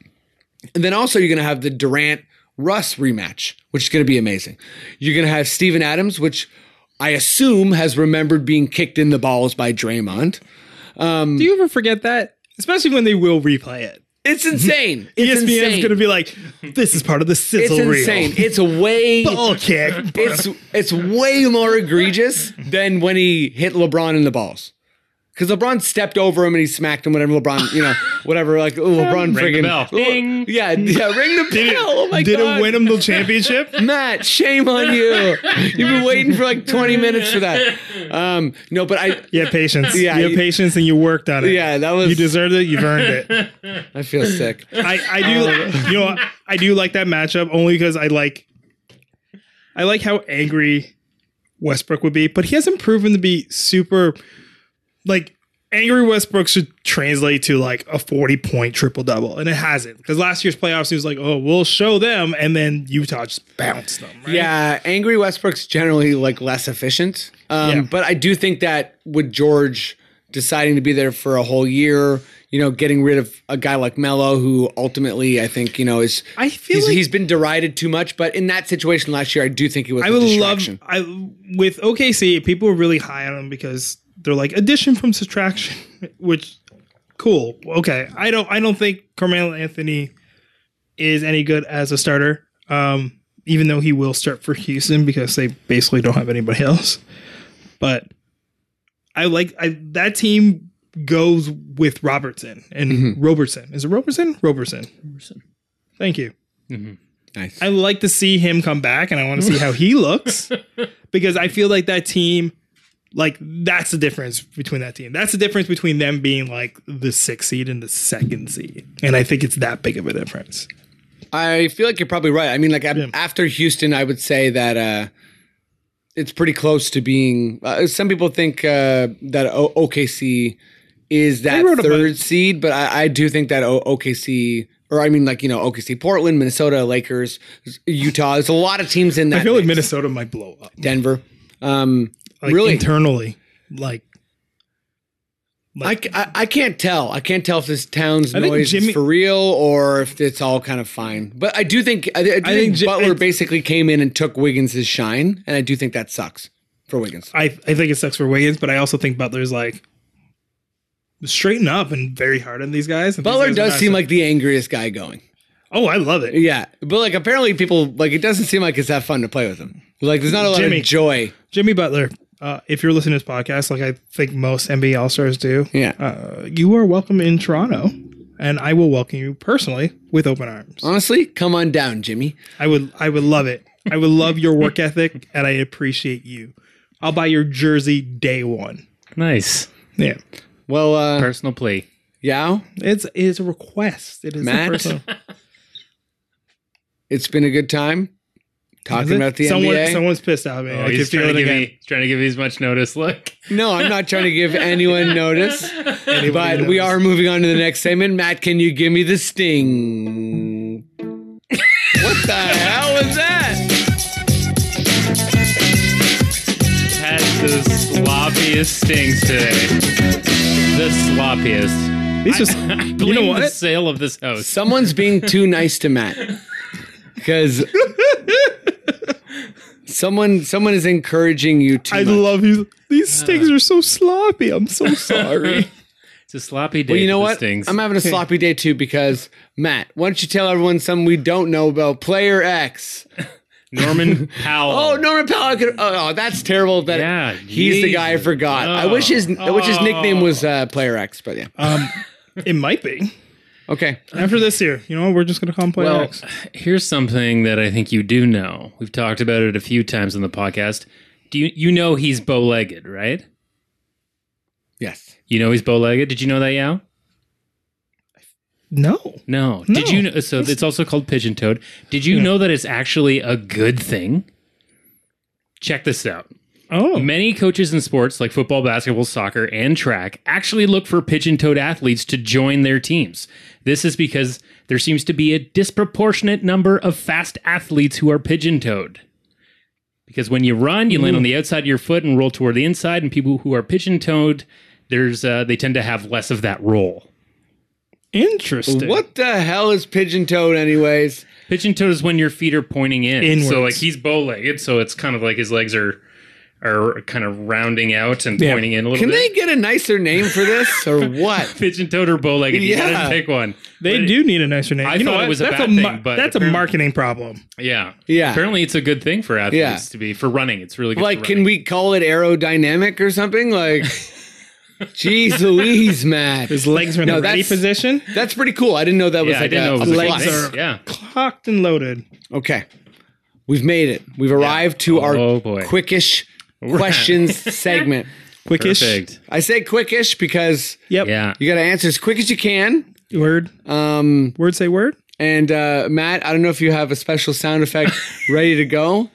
Speaker 1: And then also you're going to have the Durant Russ rematch, which is going to be amazing. You're going to have Steven Adams, which I assume has remembered being kicked in the balls by Draymond.
Speaker 3: Do you ever forget that? Especially when they will replay it.
Speaker 1: It's insane. It's
Speaker 3: ESPN's
Speaker 1: insane.
Speaker 3: gonna be like, this is part of the
Speaker 1: it's
Speaker 3: sizzle reel.
Speaker 1: insane. It's a way
Speaker 3: Ball kick.
Speaker 1: it's it's way more egregious than when he hit LeBron in the balls. Because LeBron stepped over him and he smacked him. Whatever LeBron, you know, whatever. Like oh, LeBron,
Speaker 2: Ring the
Speaker 1: friggin'
Speaker 2: bell.
Speaker 1: Le-
Speaker 2: Ding.
Speaker 1: yeah, yeah, ring the
Speaker 3: Did it,
Speaker 1: bell. Oh my
Speaker 3: did
Speaker 1: god,
Speaker 3: it win him the championship?
Speaker 1: Matt, shame on you. You've been waiting for like 20 minutes for that. Um, no, but I
Speaker 3: yeah, patience.
Speaker 1: Yeah,
Speaker 3: Yeah, you
Speaker 1: you-
Speaker 3: have patience and you worked on it.
Speaker 1: yeah, that was
Speaker 3: You deserved it. You've earned it.
Speaker 1: I feel sick.
Speaker 3: I, I do. you know, I do like that matchup only because I like, I like how angry Westbrook would be, but he hasn't proven to be super like angry Westbrook should translate to like a 40 point triple double, and it hasn't because last year's playoffs he was like, oh, we'll show them, and then Utah just bounced them. Right?
Speaker 1: Yeah, angry Westbrook's generally like less efficient. Um,
Speaker 3: Yeah.
Speaker 1: But I do think that with George deciding to be there for a whole year, you know, getting rid of a guy like Melo, who ultimately I think you know is
Speaker 3: I feel
Speaker 1: he's,
Speaker 3: like-
Speaker 1: he's been derided too much. But in that situation last year, I do think it was.
Speaker 3: I
Speaker 1: a
Speaker 3: would love
Speaker 1: distraction.
Speaker 3: I with OKC. People were really high on him because they're like addition from subtraction, which cool. Okay, I don't I don't think Carmelo Anthony is any good as a starter. Um, even though he will start for Houston because they basically don't have anybody else. But I like I that team goes with Robertson and Robertson. Is it Robertson? Robertson. Robertson. Thank you.
Speaker 1: Nice.
Speaker 3: I like to see him come back and I want to see how he looks because I feel like that team, like, that's the difference between that team. That's the difference between them being like the sixth seed and the second seed. And I think it's that big of a difference.
Speaker 1: I feel like you're probably right. I mean, like ab- after Houston, I would say that uh, it's pretty close to being. Uh, some people think uh, that o- OKC is that
Speaker 3: wrote about
Speaker 1: third seed, but I, I do think that o- OKC, or I mean, like you know, OKC, Portland, Minnesota, Lakers, Utah. There's a lot of teams in that.
Speaker 3: I feel like
Speaker 1: mix.
Speaker 3: Minnesota might blow up.
Speaker 1: Denver. Um,
Speaker 3: Like,
Speaker 1: really,
Speaker 3: Internally. Like,
Speaker 1: I, c- I- I can't tell. I can't tell if this town's
Speaker 3: I think
Speaker 1: noise
Speaker 3: Jimmy-
Speaker 1: is for real or if it's all kind of fine. But I do think I, I do think,
Speaker 3: think Ji-
Speaker 1: Butler
Speaker 3: I-
Speaker 1: basically came in and took Wiggins' shine, and I do think that sucks for Wiggins.
Speaker 3: I, I think it sucks for Wiggins, but I also think Butler's like, straighten up and very hard on these guys. and these
Speaker 1: Butler
Speaker 3: guys are
Speaker 1: does
Speaker 3: not-
Speaker 1: seem like the angriest guy going.
Speaker 3: oh, I love it.
Speaker 1: Yeah, but like apparently people like it doesn't seem like it's that fun to play with him. Like there's not a lot
Speaker 3: Jimmy.
Speaker 1: of joy.
Speaker 3: Jimmy Butler, uh, if you're listening to this podcast, like I think most NBA All Stars do,
Speaker 1: Yeah,
Speaker 3: uh, you are welcome in Toronto, and I will welcome you personally with open arms.
Speaker 1: honestly, come on down, Jimmy.
Speaker 3: I would, I would love it. I would love your work ethic, and I appreciate you. I'll buy your jersey day one.
Speaker 2: Nice
Speaker 3: Yeah,
Speaker 1: Well, uh,
Speaker 2: personal plea.
Speaker 1: yeah,
Speaker 3: it's it is a request. It is a
Speaker 1: Matt?
Speaker 3: personal-
Speaker 1: it's been a good time
Speaker 3: Is
Speaker 1: talking
Speaker 3: it?
Speaker 1: about the
Speaker 3: Someone,
Speaker 1: NBA.
Speaker 3: Someone's pissed at me.
Speaker 2: Oh,
Speaker 3: I can
Speaker 2: he's trying
Speaker 3: feel
Speaker 2: to
Speaker 3: it
Speaker 2: give
Speaker 3: again.
Speaker 2: me he's trying to give me as much notice. Look,
Speaker 1: No, I'm not trying to give anyone notice. but we
Speaker 3: knows.
Speaker 1: are moving on to the next segment. Matt, can you give me the sting? what the hell was that?
Speaker 2: had the sloppiest stings today. The sloppiest.
Speaker 3: It's just
Speaker 2: Blame
Speaker 3: you know
Speaker 2: The
Speaker 3: what?
Speaker 2: sale of this house.
Speaker 1: Someone's being too nice to Matt. Because someone someone is encouraging you too
Speaker 3: I
Speaker 1: much. Uh.
Speaker 3: love these. These stings are so sloppy. I'm so sorry.
Speaker 2: It's a sloppy day.
Speaker 1: well, you
Speaker 2: for
Speaker 1: know
Speaker 2: the
Speaker 1: what?
Speaker 2: Stings.
Speaker 1: I'm having a sloppy day too because Matt, why don't you tell everyone something we don't know about Player X?
Speaker 2: Norman Powell.
Speaker 1: Oh, Norman Powell! Could, oh, that's terrible. That
Speaker 2: Yeah,
Speaker 1: he's the guy I
Speaker 2: Jesus. Oh.
Speaker 1: forgot. I wish his I wish his nickname was uh, Player X, but yeah.
Speaker 3: it might be
Speaker 1: Okay.
Speaker 3: after this year. You know what? We're just gonna call him Player
Speaker 2: Well,
Speaker 3: X.
Speaker 2: here's something that I think you do know. We've talked about it a few times on the podcast. Do you you know he's bow-legged, right?
Speaker 1: Yes.
Speaker 2: You know he's bow-legged. Did you know that, Yao?
Speaker 3: No.
Speaker 2: No.
Speaker 3: No.
Speaker 2: Did you know? So it's also called pigeon toad. Did you know that it's actually a good thing? Check this out.
Speaker 3: Oh.
Speaker 2: Many coaches in sports like football, basketball, soccer, and track actually look for pigeon toed athletes to join their teams. This is because there seems to be a disproportionate number of fast athletes who are pigeon toed. Because when you run, you land on the outside of your foot and roll toward the inside, and people who are pigeon toed, there's uh, they tend to have less of that roll.
Speaker 3: Interesting.
Speaker 1: What the hell is pigeon toed, anyways?
Speaker 2: Pigeon toed is when your feet are pointing in. So like
Speaker 3: Inwards.
Speaker 2: he's bow legged, so it's kind of like his legs are are kind of rounding out and
Speaker 3: Yeah.
Speaker 2: pointing in a little
Speaker 1: Can
Speaker 2: bit.
Speaker 1: they get a nicer name for this or what?
Speaker 2: pigeon toed or bow legged. You
Speaker 1: Yeah.
Speaker 2: gotta pick one.
Speaker 3: They
Speaker 2: But-
Speaker 3: do need a nicer name.
Speaker 2: I
Speaker 3: you know
Speaker 2: thought it
Speaker 3: what?
Speaker 2: was a
Speaker 3: that's
Speaker 2: bad
Speaker 3: a
Speaker 2: thing,
Speaker 3: mar-
Speaker 2: but
Speaker 3: that's a
Speaker 2: apparently-
Speaker 3: marketing problem.
Speaker 2: Yeah.
Speaker 1: Yeah.
Speaker 2: Apparently, it's a good thing for athletes
Speaker 1: Yeah.
Speaker 2: to be for running. It's really good.
Speaker 1: Like,
Speaker 2: for
Speaker 1: can we call it aerodynamic or something? Like, jeez Louise, Matt.
Speaker 3: His legs are in
Speaker 1: No,
Speaker 3: the ready
Speaker 1: that's-
Speaker 3: position,
Speaker 1: That's pretty cool. I didn't know that was
Speaker 2: Yeah, I
Speaker 1: like
Speaker 2: didn't
Speaker 1: a,
Speaker 2: know it was
Speaker 1: a
Speaker 2: a
Speaker 3: legs
Speaker 1: flex.
Speaker 3: are
Speaker 2: thing. Yeah.
Speaker 3: cocked and loaded.
Speaker 1: Okay. We've made it. We've arrived to our
Speaker 2: Oh, boy.
Speaker 1: quickish questions segment.
Speaker 3: Quickish
Speaker 2: Perfect.
Speaker 1: I say quickish because
Speaker 3: Yep.
Speaker 2: Yeah.
Speaker 1: you got to answer as quick as you can.
Speaker 3: Word.
Speaker 1: Um,
Speaker 3: Word say word.
Speaker 1: and uh, Matt, I don't know if you have a special sound effect ready to go.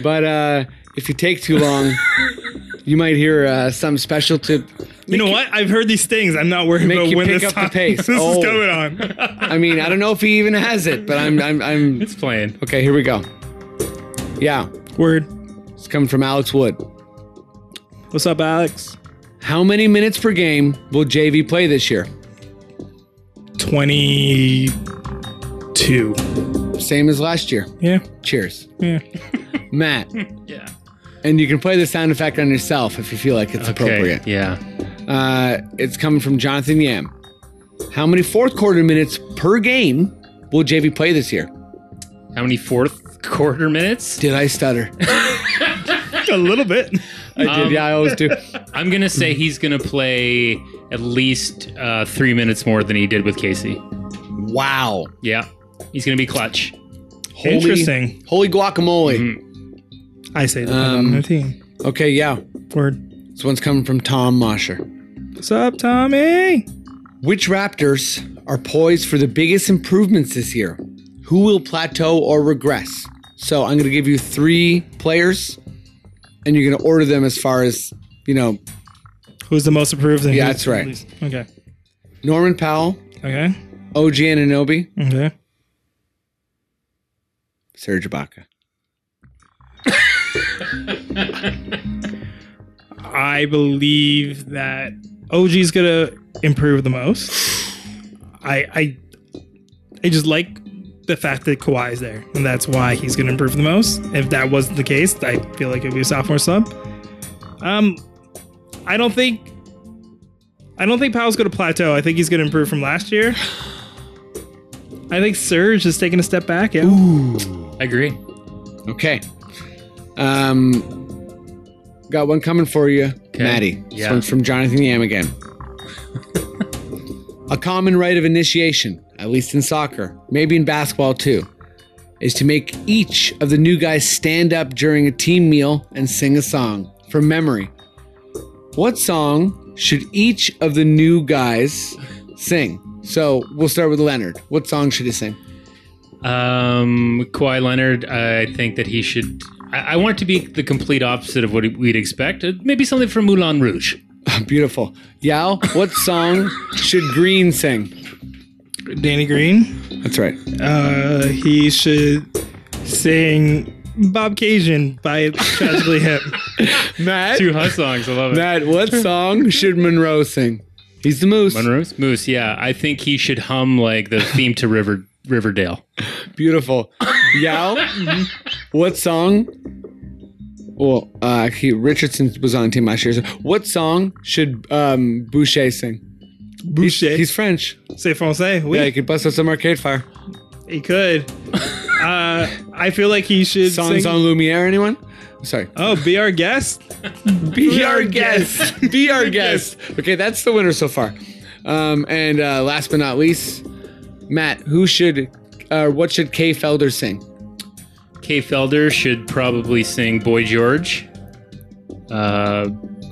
Speaker 1: But uh, if you take too long, you might hear uh, some special tip.
Speaker 3: You know what? I've heard these things. I'm not worried
Speaker 1: Make
Speaker 3: about
Speaker 1: you
Speaker 3: when
Speaker 1: pick
Speaker 3: this,
Speaker 1: up the
Speaker 3: time-
Speaker 1: pace.
Speaker 3: this
Speaker 1: Oh.
Speaker 3: is going on.
Speaker 1: I mean, I don't know if he even has it, but I'm, I'm, I'm.
Speaker 2: It's playing.
Speaker 1: Okay, here we go. Yeah,
Speaker 3: Word.
Speaker 1: it's coming from Alex Wood.
Speaker 3: What's up, Alex?
Speaker 1: How many minutes per game will JV play this year?
Speaker 3: 22.
Speaker 1: Same as last year.
Speaker 3: Yeah.
Speaker 1: Cheers.
Speaker 3: Yeah.
Speaker 1: Matt,
Speaker 2: Yeah.
Speaker 1: and you can play the sound effect on yourself if you feel like it's
Speaker 2: Okay.
Speaker 1: appropriate.
Speaker 2: Yeah.
Speaker 1: Uh, it's coming from Jonathan Yam. How many fourth quarter minutes per game will JV play this year?
Speaker 2: How many fourth quarter minutes?
Speaker 1: Did I stutter?
Speaker 3: A little bit.
Speaker 1: I did. yeah, I always do.
Speaker 2: I'm gonna say
Speaker 1: Mm-hmm.
Speaker 2: he's gonna play at least uh, three minutes more than he did with Casey.
Speaker 1: Wow.
Speaker 2: Yeah. He's gonna be clutch.
Speaker 1: Holy,
Speaker 3: Interesting.
Speaker 1: Holy guacamole.
Speaker 3: I say that on the team.
Speaker 1: Okay, yeah.
Speaker 3: Um, Word.
Speaker 1: This one's coming from Tom Mosher.
Speaker 3: What's up, Tommy?
Speaker 1: Which Raptors are poised for the biggest improvements this year? Who will plateau or regress? So I'm going to give you three players, and you're going to order them as far as you know:
Speaker 3: Who's the most approved? and
Speaker 1: Yeah,
Speaker 3: who's
Speaker 1: that's
Speaker 3: the
Speaker 1: right.
Speaker 3: least? Okay.
Speaker 1: Norman Powell,
Speaker 3: Okay.
Speaker 1: OG Ananobi,
Speaker 3: Okay.
Speaker 1: Serge Ibaka.
Speaker 3: I believe that OG's gonna improve the most. I I I just like the fact that Kawhi is there, and that's why he's gonna improve the most. If that wasn't the case, I feel like it'd be a sophomore slump. Um, I don't think I don't think Powell's gonna plateau. I think he's gonna improve from last year. I think Serge is taking a step back. Yeah,
Speaker 2: I agree.
Speaker 1: Okay. Um, got one coming for you, Maddie. This
Speaker 2: Yeah.
Speaker 1: one's from Jonathan Yam again. A common rite of initiation, at least in soccer, maybe in basketball too, is to make each of the new guys stand up during a team meal and sing a song from memory. What song should each of the new guys sing? So we'll start with Leonard. What song should he sing?
Speaker 2: Um, Kawhi Leonard, I think that he should. I, I want it to be the complete opposite of what we'd expect. Uh, Maybe something from Moulin Rouge.
Speaker 1: Beautiful. Yao, what song should Green sing?
Speaker 3: Danny Green.
Speaker 1: That's right.
Speaker 3: Uh, he should sing Bob Cajun by Tragically Hip.
Speaker 1: Matt,
Speaker 2: Two hot songs. I love it.
Speaker 1: Matt, what song should Monroe sing? He's the moose.
Speaker 2: Monroe's Moose. Yeah, I think he should hum like the theme to River Riverdale.
Speaker 1: Beautiful. Yao, what song? Well, uh, he, Richardson was on the team last year. So what song should um, Boucher sing?
Speaker 3: Boucher.
Speaker 1: He's French.
Speaker 3: Say Francais. Oui,
Speaker 1: Yeah, he could bust up some arcade fire.
Speaker 3: he could. Uh, I feel like he should
Speaker 1: Songs
Speaker 3: sing.
Speaker 1: on Lumiere, anyone? Sorry.
Speaker 3: Oh, be our guest.
Speaker 1: Be
Speaker 3: our
Speaker 1: our guest. Be our guest. Okay, that's the winner so far. Um, and uh, last but not least, Matt, who should, uh, what should Kay Felder sing?
Speaker 2: Kay Felder should probably sing Boy George, uh,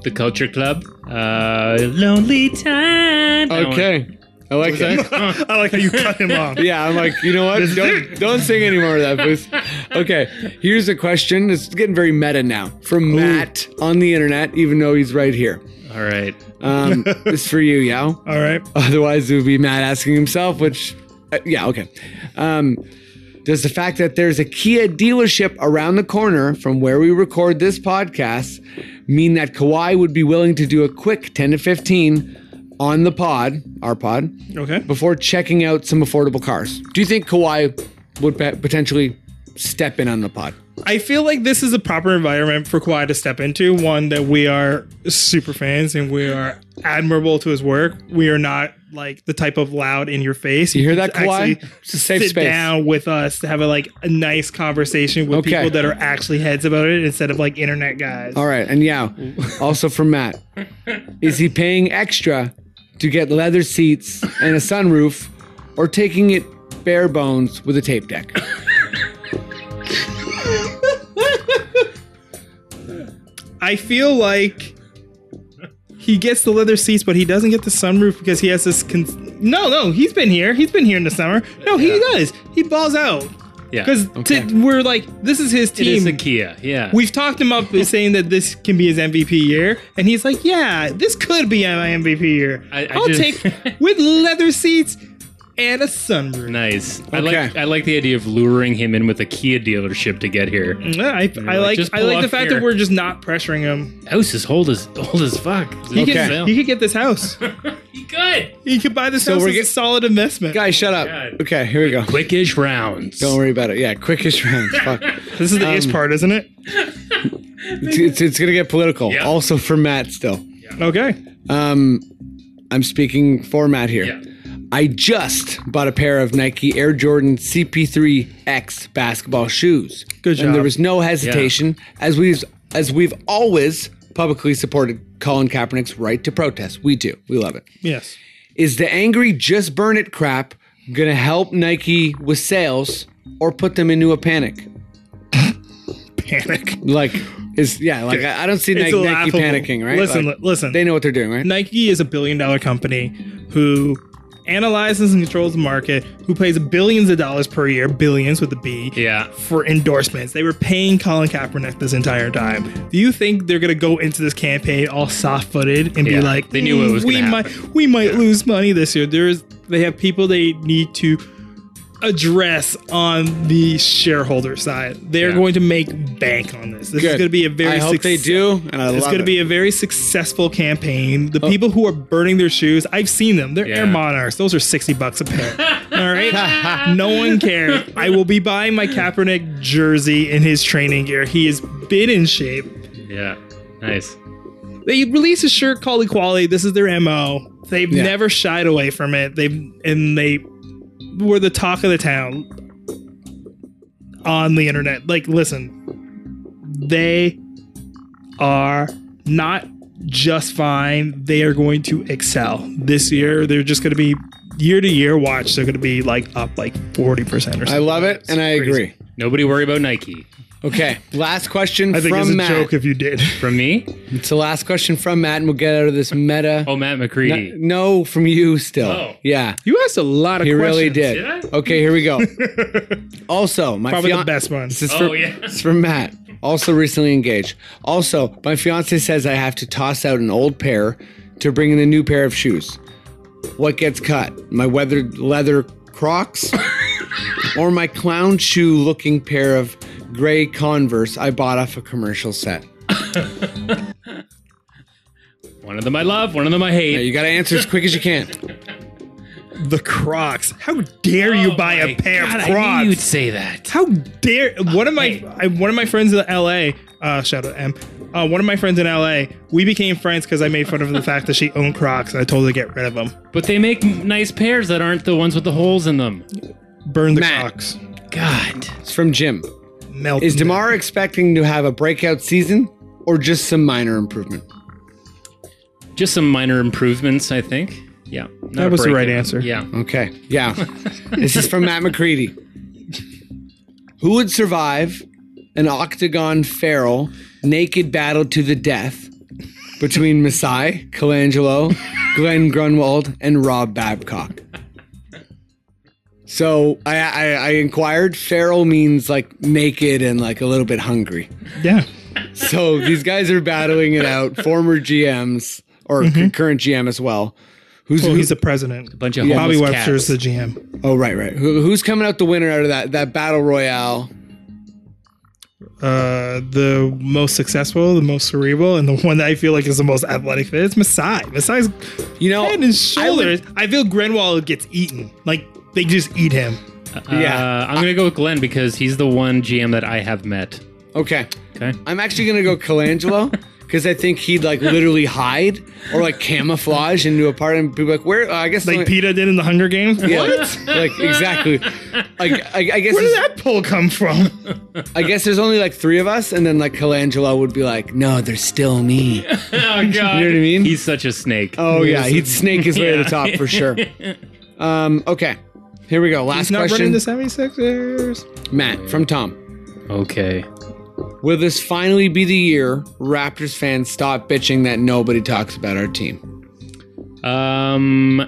Speaker 2: The Culture Club, uh, Lonely Time. That one.
Speaker 1: Okay, I like that.
Speaker 3: I like how you cut him off.
Speaker 1: Yeah, I'm like, you know what? Don't, don't sing anymore of that, please. Okay, here's a question. It's getting very meta now from Matt on the internet, even though he's right here.
Speaker 2: All right.
Speaker 1: Um, this is for you, Yao.
Speaker 3: All right.
Speaker 1: Otherwise, it would be Matt asking himself, which, uh, yeah, okay. Um, does the fact that there's a Kia dealership around the corner from where we record this podcast mean that Kawhi would be willing to do a quick 10 to 15 on the pod, our pod,
Speaker 3: Okay.
Speaker 1: before checking out some affordable cars? Do you think Kawhi would pe- potentially step in on the pod?
Speaker 3: I feel like this is a proper environment for Kawhi to step into. One that we are super fans and we are admirable to his work. We are not like the type of loud in your face. You
Speaker 1: hear that, Kawhi? It's a safe
Speaker 3: sit
Speaker 1: space.
Speaker 3: down with us to have a like a nice conversation with
Speaker 1: Okay.
Speaker 3: people that are actually heads about it instead of like internet guys.
Speaker 1: All right, and yeah, also from Matt. Is he paying extra to get leather seats and a sunroof or taking it bare bones with a tape deck?
Speaker 3: I feel like he gets the leather seats, but he doesn't get the sunroof because he has this. Con- no, no, he's been here. He's been here in the summer. No, he does. He balls out.
Speaker 2: Yeah.
Speaker 3: Because we're like, this is his
Speaker 2: It is
Speaker 3: team.
Speaker 2: a Kia. Yeah.
Speaker 3: We've talked him up as saying that this can be his MVP year, and he's like, "Yeah, this could be my MVP year.
Speaker 2: I- I
Speaker 3: will
Speaker 2: just-
Speaker 3: take with leather seats and a sunroof."
Speaker 2: nice. I
Speaker 1: Okay.
Speaker 2: like I like the idea of luring him in with a Kia dealership to get here.
Speaker 3: Yeah, I, I like
Speaker 2: just
Speaker 3: I
Speaker 2: pull
Speaker 3: like the
Speaker 2: up
Speaker 3: fact
Speaker 2: here.
Speaker 3: that we're just not pressuring him.
Speaker 2: House is old as old as fuck.
Speaker 3: He
Speaker 1: Okay.
Speaker 3: could he could get this house.
Speaker 2: He could.
Speaker 3: he could buy this house.
Speaker 1: we're
Speaker 3: as a
Speaker 1: get-
Speaker 3: solid investment.
Speaker 1: Guys, shut up.
Speaker 2: God.
Speaker 1: Okay, here we go.
Speaker 2: Quickish rounds.
Speaker 1: Don't worry about it. Yeah, quickest round. Fuck.
Speaker 3: this is the ish part, isn't it?
Speaker 1: It's, it's, it's gonna get political.
Speaker 2: Yeah.
Speaker 1: Also for Matt still.
Speaker 3: Okay.
Speaker 1: Um, I'm speaking for Matt here.
Speaker 2: Yeah.
Speaker 1: I just bought a pair of Nike Air Jordan CP3X basketball shoes.
Speaker 3: Good
Speaker 1: And
Speaker 3: job.
Speaker 1: there was no hesitation, as we've as we've always publicly supported Colin Kaepernick's right to protest. We do. We love it.
Speaker 3: Yes.
Speaker 1: Is the angry just burn it crap gonna help Nike with sales or put them into a panic?
Speaker 3: Panic.
Speaker 1: Like is yeah, like I, I don't see Nike, Nike
Speaker 3: laughable.
Speaker 1: panicking, right?
Speaker 3: Listen,
Speaker 1: Like,
Speaker 3: li- listen.
Speaker 1: They know what they're doing, right?
Speaker 3: Nike is a billion dollar company who analyzes and controls the market, who pays billions of dollars per year, billions with a B,
Speaker 2: Yeah.
Speaker 3: for endorsements. They were paying Colin Kaepernick this entire time. Do you think they're going to go into this campaign all soft footed and
Speaker 2: Yeah,
Speaker 3: be like, "Mm,
Speaker 2: they knew it was
Speaker 3: we
Speaker 2: gonna
Speaker 3: might we might lose money this year? There is they have people they need to address on the shareholder side. They're
Speaker 2: Yeah.
Speaker 3: going to make bank on this. This is
Speaker 1: Good.
Speaker 3: going to be a
Speaker 1: I
Speaker 3: very
Speaker 1: hope they
Speaker 3: success-
Speaker 1: do, and I
Speaker 3: it's
Speaker 1: love
Speaker 3: going to
Speaker 1: it. Oh.
Speaker 3: be a very successful campaign. The people who are burning their shoes, I've seen them. They're Air
Speaker 2: Yeah.
Speaker 3: Monarchs. Those are 60 bucks a pair. All right? no one cares. I will be buying my Kaepernick jersey in his training gear. He has been in shape.
Speaker 2: Yeah. Nice.
Speaker 3: They release a shirt called Equality. This is their MO. They've
Speaker 1: Yeah.
Speaker 3: never shied away from it. They've and they were the talk of the town on the internet. Like, listen, they are not just fine. They are going to excel this year. They're just going to be year to year. Watch, they're going to be like up like forty percent or
Speaker 1: I
Speaker 3: something.
Speaker 1: love it and I agree.
Speaker 2: Nobody worry about Nike.
Speaker 1: Okay, last question
Speaker 3: I think
Speaker 1: from
Speaker 3: it's a
Speaker 1: Matt.
Speaker 3: joke if you did.
Speaker 2: From me?
Speaker 1: It's the last question from Matt, and we'll get out of this meta.
Speaker 2: Oh Matt McCready.
Speaker 1: N- no, from you still.
Speaker 2: Oh.
Speaker 1: Yeah,
Speaker 3: You asked a lot of
Speaker 1: he really did.
Speaker 2: did I?
Speaker 1: Okay, here we go. also, my
Speaker 3: Probably the
Speaker 1: fian-
Speaker 3: best one.
Speaker 1: This is
Speaker 2: Oh,
Speaker 1: for,
Speaker 2: yeah.
Speaker 1: it's from Matt. Also recently engaged. Also, my fiance says I have to toss out an old pair to bring in a new pair of shoes. What gets cut? My weathered leather Crocs or my clown shoe looking pair of gray Converse I bought off a commercial set?
Speaker 2: One of them I love, one of them I
Speaker 1: Yeah,
Speaker 2: hate.
Speaker 1: you got to answer as quick as you can.
Speaker 3: The Crocs. How dare you buy
Speaker 2: Oh my
Speaker 3: a pair
Speaker 2: God,
Speaker 3: of
Speaker 2: I knew you'd
Speaker 3: Crocs?
Speaker 2: say that.
Speaker 3: How dare one of my I, one of my friends in L.A. Uh, shout out M. Uh, one of my friends in L.A. We became friends because I made fun of the fact that she owned Crocs and I told her to get rid of them.
Speaker 2: But they make nice pairs that aren't the ones with the holes in them.
Speaker 3: Burn the
Speaker 1: Matt.
Speaker 3: Crocs.
Speaker 2: God.
Speaker 1: It's from Jim.
Speaker 3: Melt.
Speaker 1: Is
Speaker 3: them.
Speaker 1: Demar expecting to have a breakout season or just some minor improvement?
Speaker 2: Just some minor improvements, I think. Yeah. not
Speaker 3: That
Speaker 2: a
Speaker 3: was the
Speaker 2: breakout.
Speaker 3: right answer.
Speaker 2: Yeah.
Speaker 1: Okay. Yeah. this is from Matt McCready. Who would survive an octagon feral naked battle to the death between Masai, Colangelo, Glenn Grunwald, and Rob Babcock? So I, I, I inquired. Feral means like naked and like a little bit hungry.
Speaker 3: Yeah.
Speaker 1: So these guys are battling it out. Former GMs or c- current GM as well. Who's
Speaker 3: Mm-hmm. Well,
Speaker 1: who-
Speaker 3: he's the president.
Speaker 2: A bunch of
Speaker 3: Bobby
Speaker 2: homeless
Speaker 3: Webster's
Speaker 2: cats.
Speaker 3: the GM.
Speaker 1: Oh right, right. Who, who's coming out the winner out of that that battle royale?
Speaker 3: Uh, the most successful, the most cerebral, and the one that I feel like is the most athletic fit. It's Masai. Masai's
Speaker 1: You know,
Speaker 3: head and
Speaker 1: Oh, I would-
Speaker 3: shoulders. I, feel Grenwald gets eaten. Like they just eat him.
Speaker 1: Yeah.
Speaker 2: Uh, I'm going to go with Glenn because he's the one GM that I have met.
Speaker 1: okay,
Speaker 2: Okay.
Speaker 1: I'm actually gonna go Colangelo because I think he'd like literally hide or like camouflage into a part and be like, where? Uh, I guess
Speaker 3: Like
Speaker 1: like,
Speaker 3: PETA did in the Hunger Games.
Speaker 1: yeah, like exactly. Like I, I guess
Speaker 3: Where did
Speaker 1: there's-
Speaker 3: that pull come from?
Speaker 1: I guess there's only like three of us, and then like Colangelo would be like, no, there's still me.
Speaker 2: Oh, God. you know what
Speaker 1: I mean?
Speaker 2: He's such a snake.
Speaker 1: Oh yeah, he'd snake his way to the top for sure. Um, okay, here we go. Last
Speaker 3: He's not
Speaker 1: question,
Speaker 3: running the 76ers.
Speaker 1: Matt from Tom.
Speaker 2: Okay.
Speaker 1: Will this finally be the year Raptors fans stop bitching that nobody talks about our team?
Speaker 2: Um,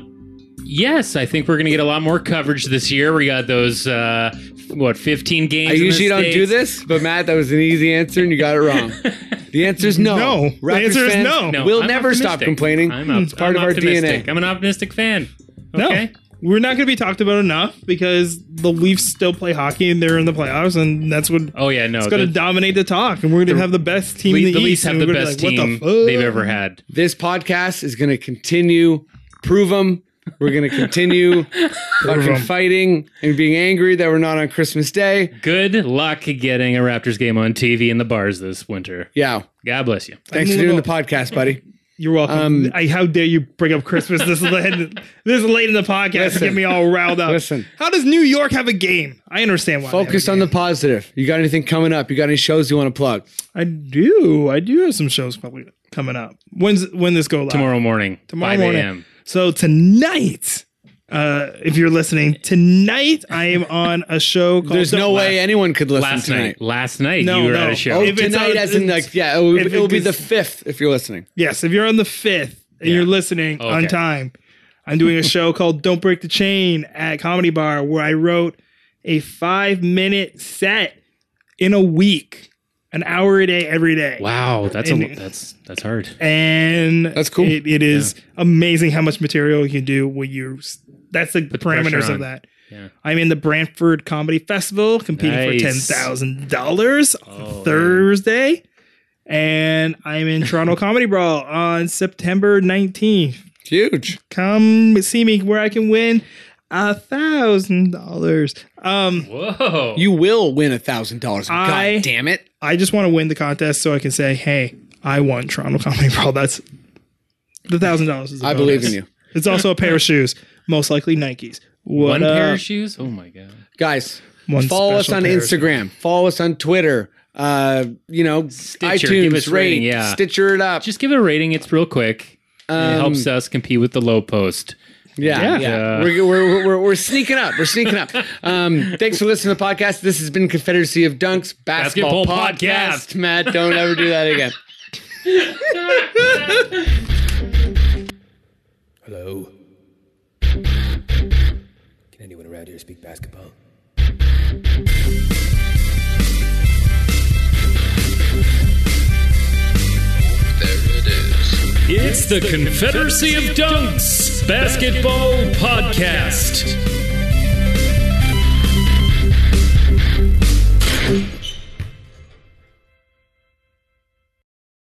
Speaker 2: Yes, I think we're going to get a lot more coverage this year. We got those uh, what fifteen games.
Speaker 1: I
Speaker 2: in the
Speaker 1: usually don't do
Speaker 2: States.
Speaker 1: this, but Matt, that was an easy answer, and you got it wrong. The answer is no.
Speaker 3: No. The
Speaker 1: Raptors
Speaker 3: answer is
Speaker 1: fans
Speaker 3: no. No,
Speaker 1: We'll
Speaker 2: I'm
Speaker 1: never stop
Speaker 2: optimistic.
Speaker 1: complaining.
Speaker 2: I'm op-
Speaker 1: it's part
Speaker 2: I'm
Speaker 1: of our
Speaker 2: optimistic.
Speaker 1: DNA.
Speaker 2: I'm an optimistic fan.
Speaker 3: No,
Speaker 2: Okay.
Speaker 3: we're not going to be talked about enough because the Leafs still play hockey and they're in the playoffs, and that's what
Speaker 2: Oh yeah, no.
Speaker 3: it's going to
Speaker 2: the,
Speaker 3: dominate the talk. And we're going to have the best team.
Speaker 2: Le-
Speaker 3: in the,
Speaker 2: the Leafs
Speaker 3: East,
Speaker 2: have
Speaker 3: and
Speaker 2: the
Speaker 3: we're gonna
Speaker 2: best
Speaker 3: be like,
Speaker 2: team
Speaker 3: what the fuck?
Speaker 2: they've ever had.
Speaker 1: This podcast is going to continue. Prove them. We're going to continue fucking
Speaker 3: 'em.
Speaker 1: fighting and being angry that we're not on Christmas Day.
Speaker 2: Good luck getting a Raptors game on TV in the bars this winter.
Speaker 1: Yeah.
Speaker 2: God bless you.
Speaker 1: Thanks
Speaker 3: I'm
Speaker 1: for
Speaker 3: a
Speaker 1: doing the
Speaker 3: little-
Speaker 1: podcast, buddy.
Speaker 3: You're welcome.
Speaker 1: Um,
Speaker 3: I, how dare you bring up Christmas this late, this late in the podcast
Speaker 1: Listen.
Speaker 3: to get me all riled up?
Speaker 1: Listen.
Speaker 3: how does New York have a game? I understand why. they have a
Speaker 1: Focus on the positive. You got anything coming up? You got any shows you want to plug?
Speaker 3: I do. I do have some shows probably coming up. When's when this go live?
Speaker 2: Tomorrow morning,
Speaker 3: Tomorrow
Speaker 2: 5
Speaker 3: morning.
Speaker 2: a.m.
Speaker 3: So tonight, uh, if you're listening tonight, I am on a show called.
Speaker 1: There's no way anyone could listen
Speaker 2: Last
Speaker 1: tonight.
Speaker 2: night. Last night
Speaker 3: No,
Speaker 2: you were
Speaker 3: no.
Speaker 2: at a show.
Speaker 1: Oh,
Speaker 3: If it's
Speaker 1: tonight,
Speaker 3: out-
Speaker 1: as in
Speaker 3: it's-
Speaker 1: like, yeah, it will,
Speaker 3: if
Speaker 1: it will
Speaker 3: it
Speaker 1: be
Speaker 3: is-
Speaker 1: the fifth if you're listening.
Speaker 3: Yes, if you're on the fifth and
Speaker 2: Yeah.
Speaker 3: you're listening
Speaker 1: Oh,
Speaker 2: Okay.
Speaker 3: on time, I'm doing a show called "Don't Break the Chain" at Comedy Bar, where I wrote a five minute set in a week, an hour a day, every day.
Speaker 2: Wow, that's a,
Speaker 3: And-
Speaker 2: that's that's hard.
Speaker 3: and
Speaker 1: That's cool.
Speaker 3: It, it is amazing how much material you can do when you. That's the
Speaker 2: the pressure
Speaker 3: parameters
Speaker 2: on.
Speaker 3: of that.
Speaker 2: Yeah.
Speaker 3: I'm in the Brantford Comedy Festival competing
Speaker 2: Nice.
Speaker 3: for ten thousand dollars
Speaker 2: Oh,
Speaker 3: on Thursday, and I'm in Toronto Comedy Brawl on September 19th.
Speaker 1: Huge.
Speaker 3: Come see me where I can win a thousand dollars. Um,
Speaker 2: Whoa.
Speaker 1: You will win a thousand dollars.
Speaker 3: I-
Speaker 1: God damn it.
Speaker 3: I just want to win the contest so I can say, "Hey, I won Toronto Comedy Brawl." That's the thousand dollars. is a
Speaker 1: I believe in
Speaker 3: bonus.
Speaker 1: you.
Speaker 3: It's also a pair of shoes, most likely Nikes. What uh,
Speaker 2: one pair
Speaker 3: up?
Speaker 2: of shoes? Oh my god.
Speaker 1: Guys,
Speaker 3: One
Speaker 1: follow us
Speaker 3: special
Speaker 1: on
Speaker 3: pair of
Speaker 1: Instagram. Follow us on Twitter. Uh, you know,
Speaker 2: give
Speaker 1: iTunes,
Speaker 2: us
Speaker 1: rate,
Speaker 2: rating, yeah.
Speaker 1: Stitcher it up. Um,
Speaker 2: Just give it a rating. It's real quick. it
Speaker 3: Um,
Speaker 2: helps us compete with the low post.
Speaker 1: Yeah,
Speaker 2: Yeah.
Speaker 1: yeah. We're, we're, we're, we're sneaking up. We're sneaking up. Um, thanks for listening to the podcast. This has been Confederacy of Dunks Basketball,
Speaker 2: Basketball podcast.
Speaker 1: podcast. Matt, don't ever do that again.
Speaker 4: Hello. Can anyone around here speak basketball?
Speaker 5: There it is.
Speaker 6: It's the Confederacy of Dunks Basketball Podcast.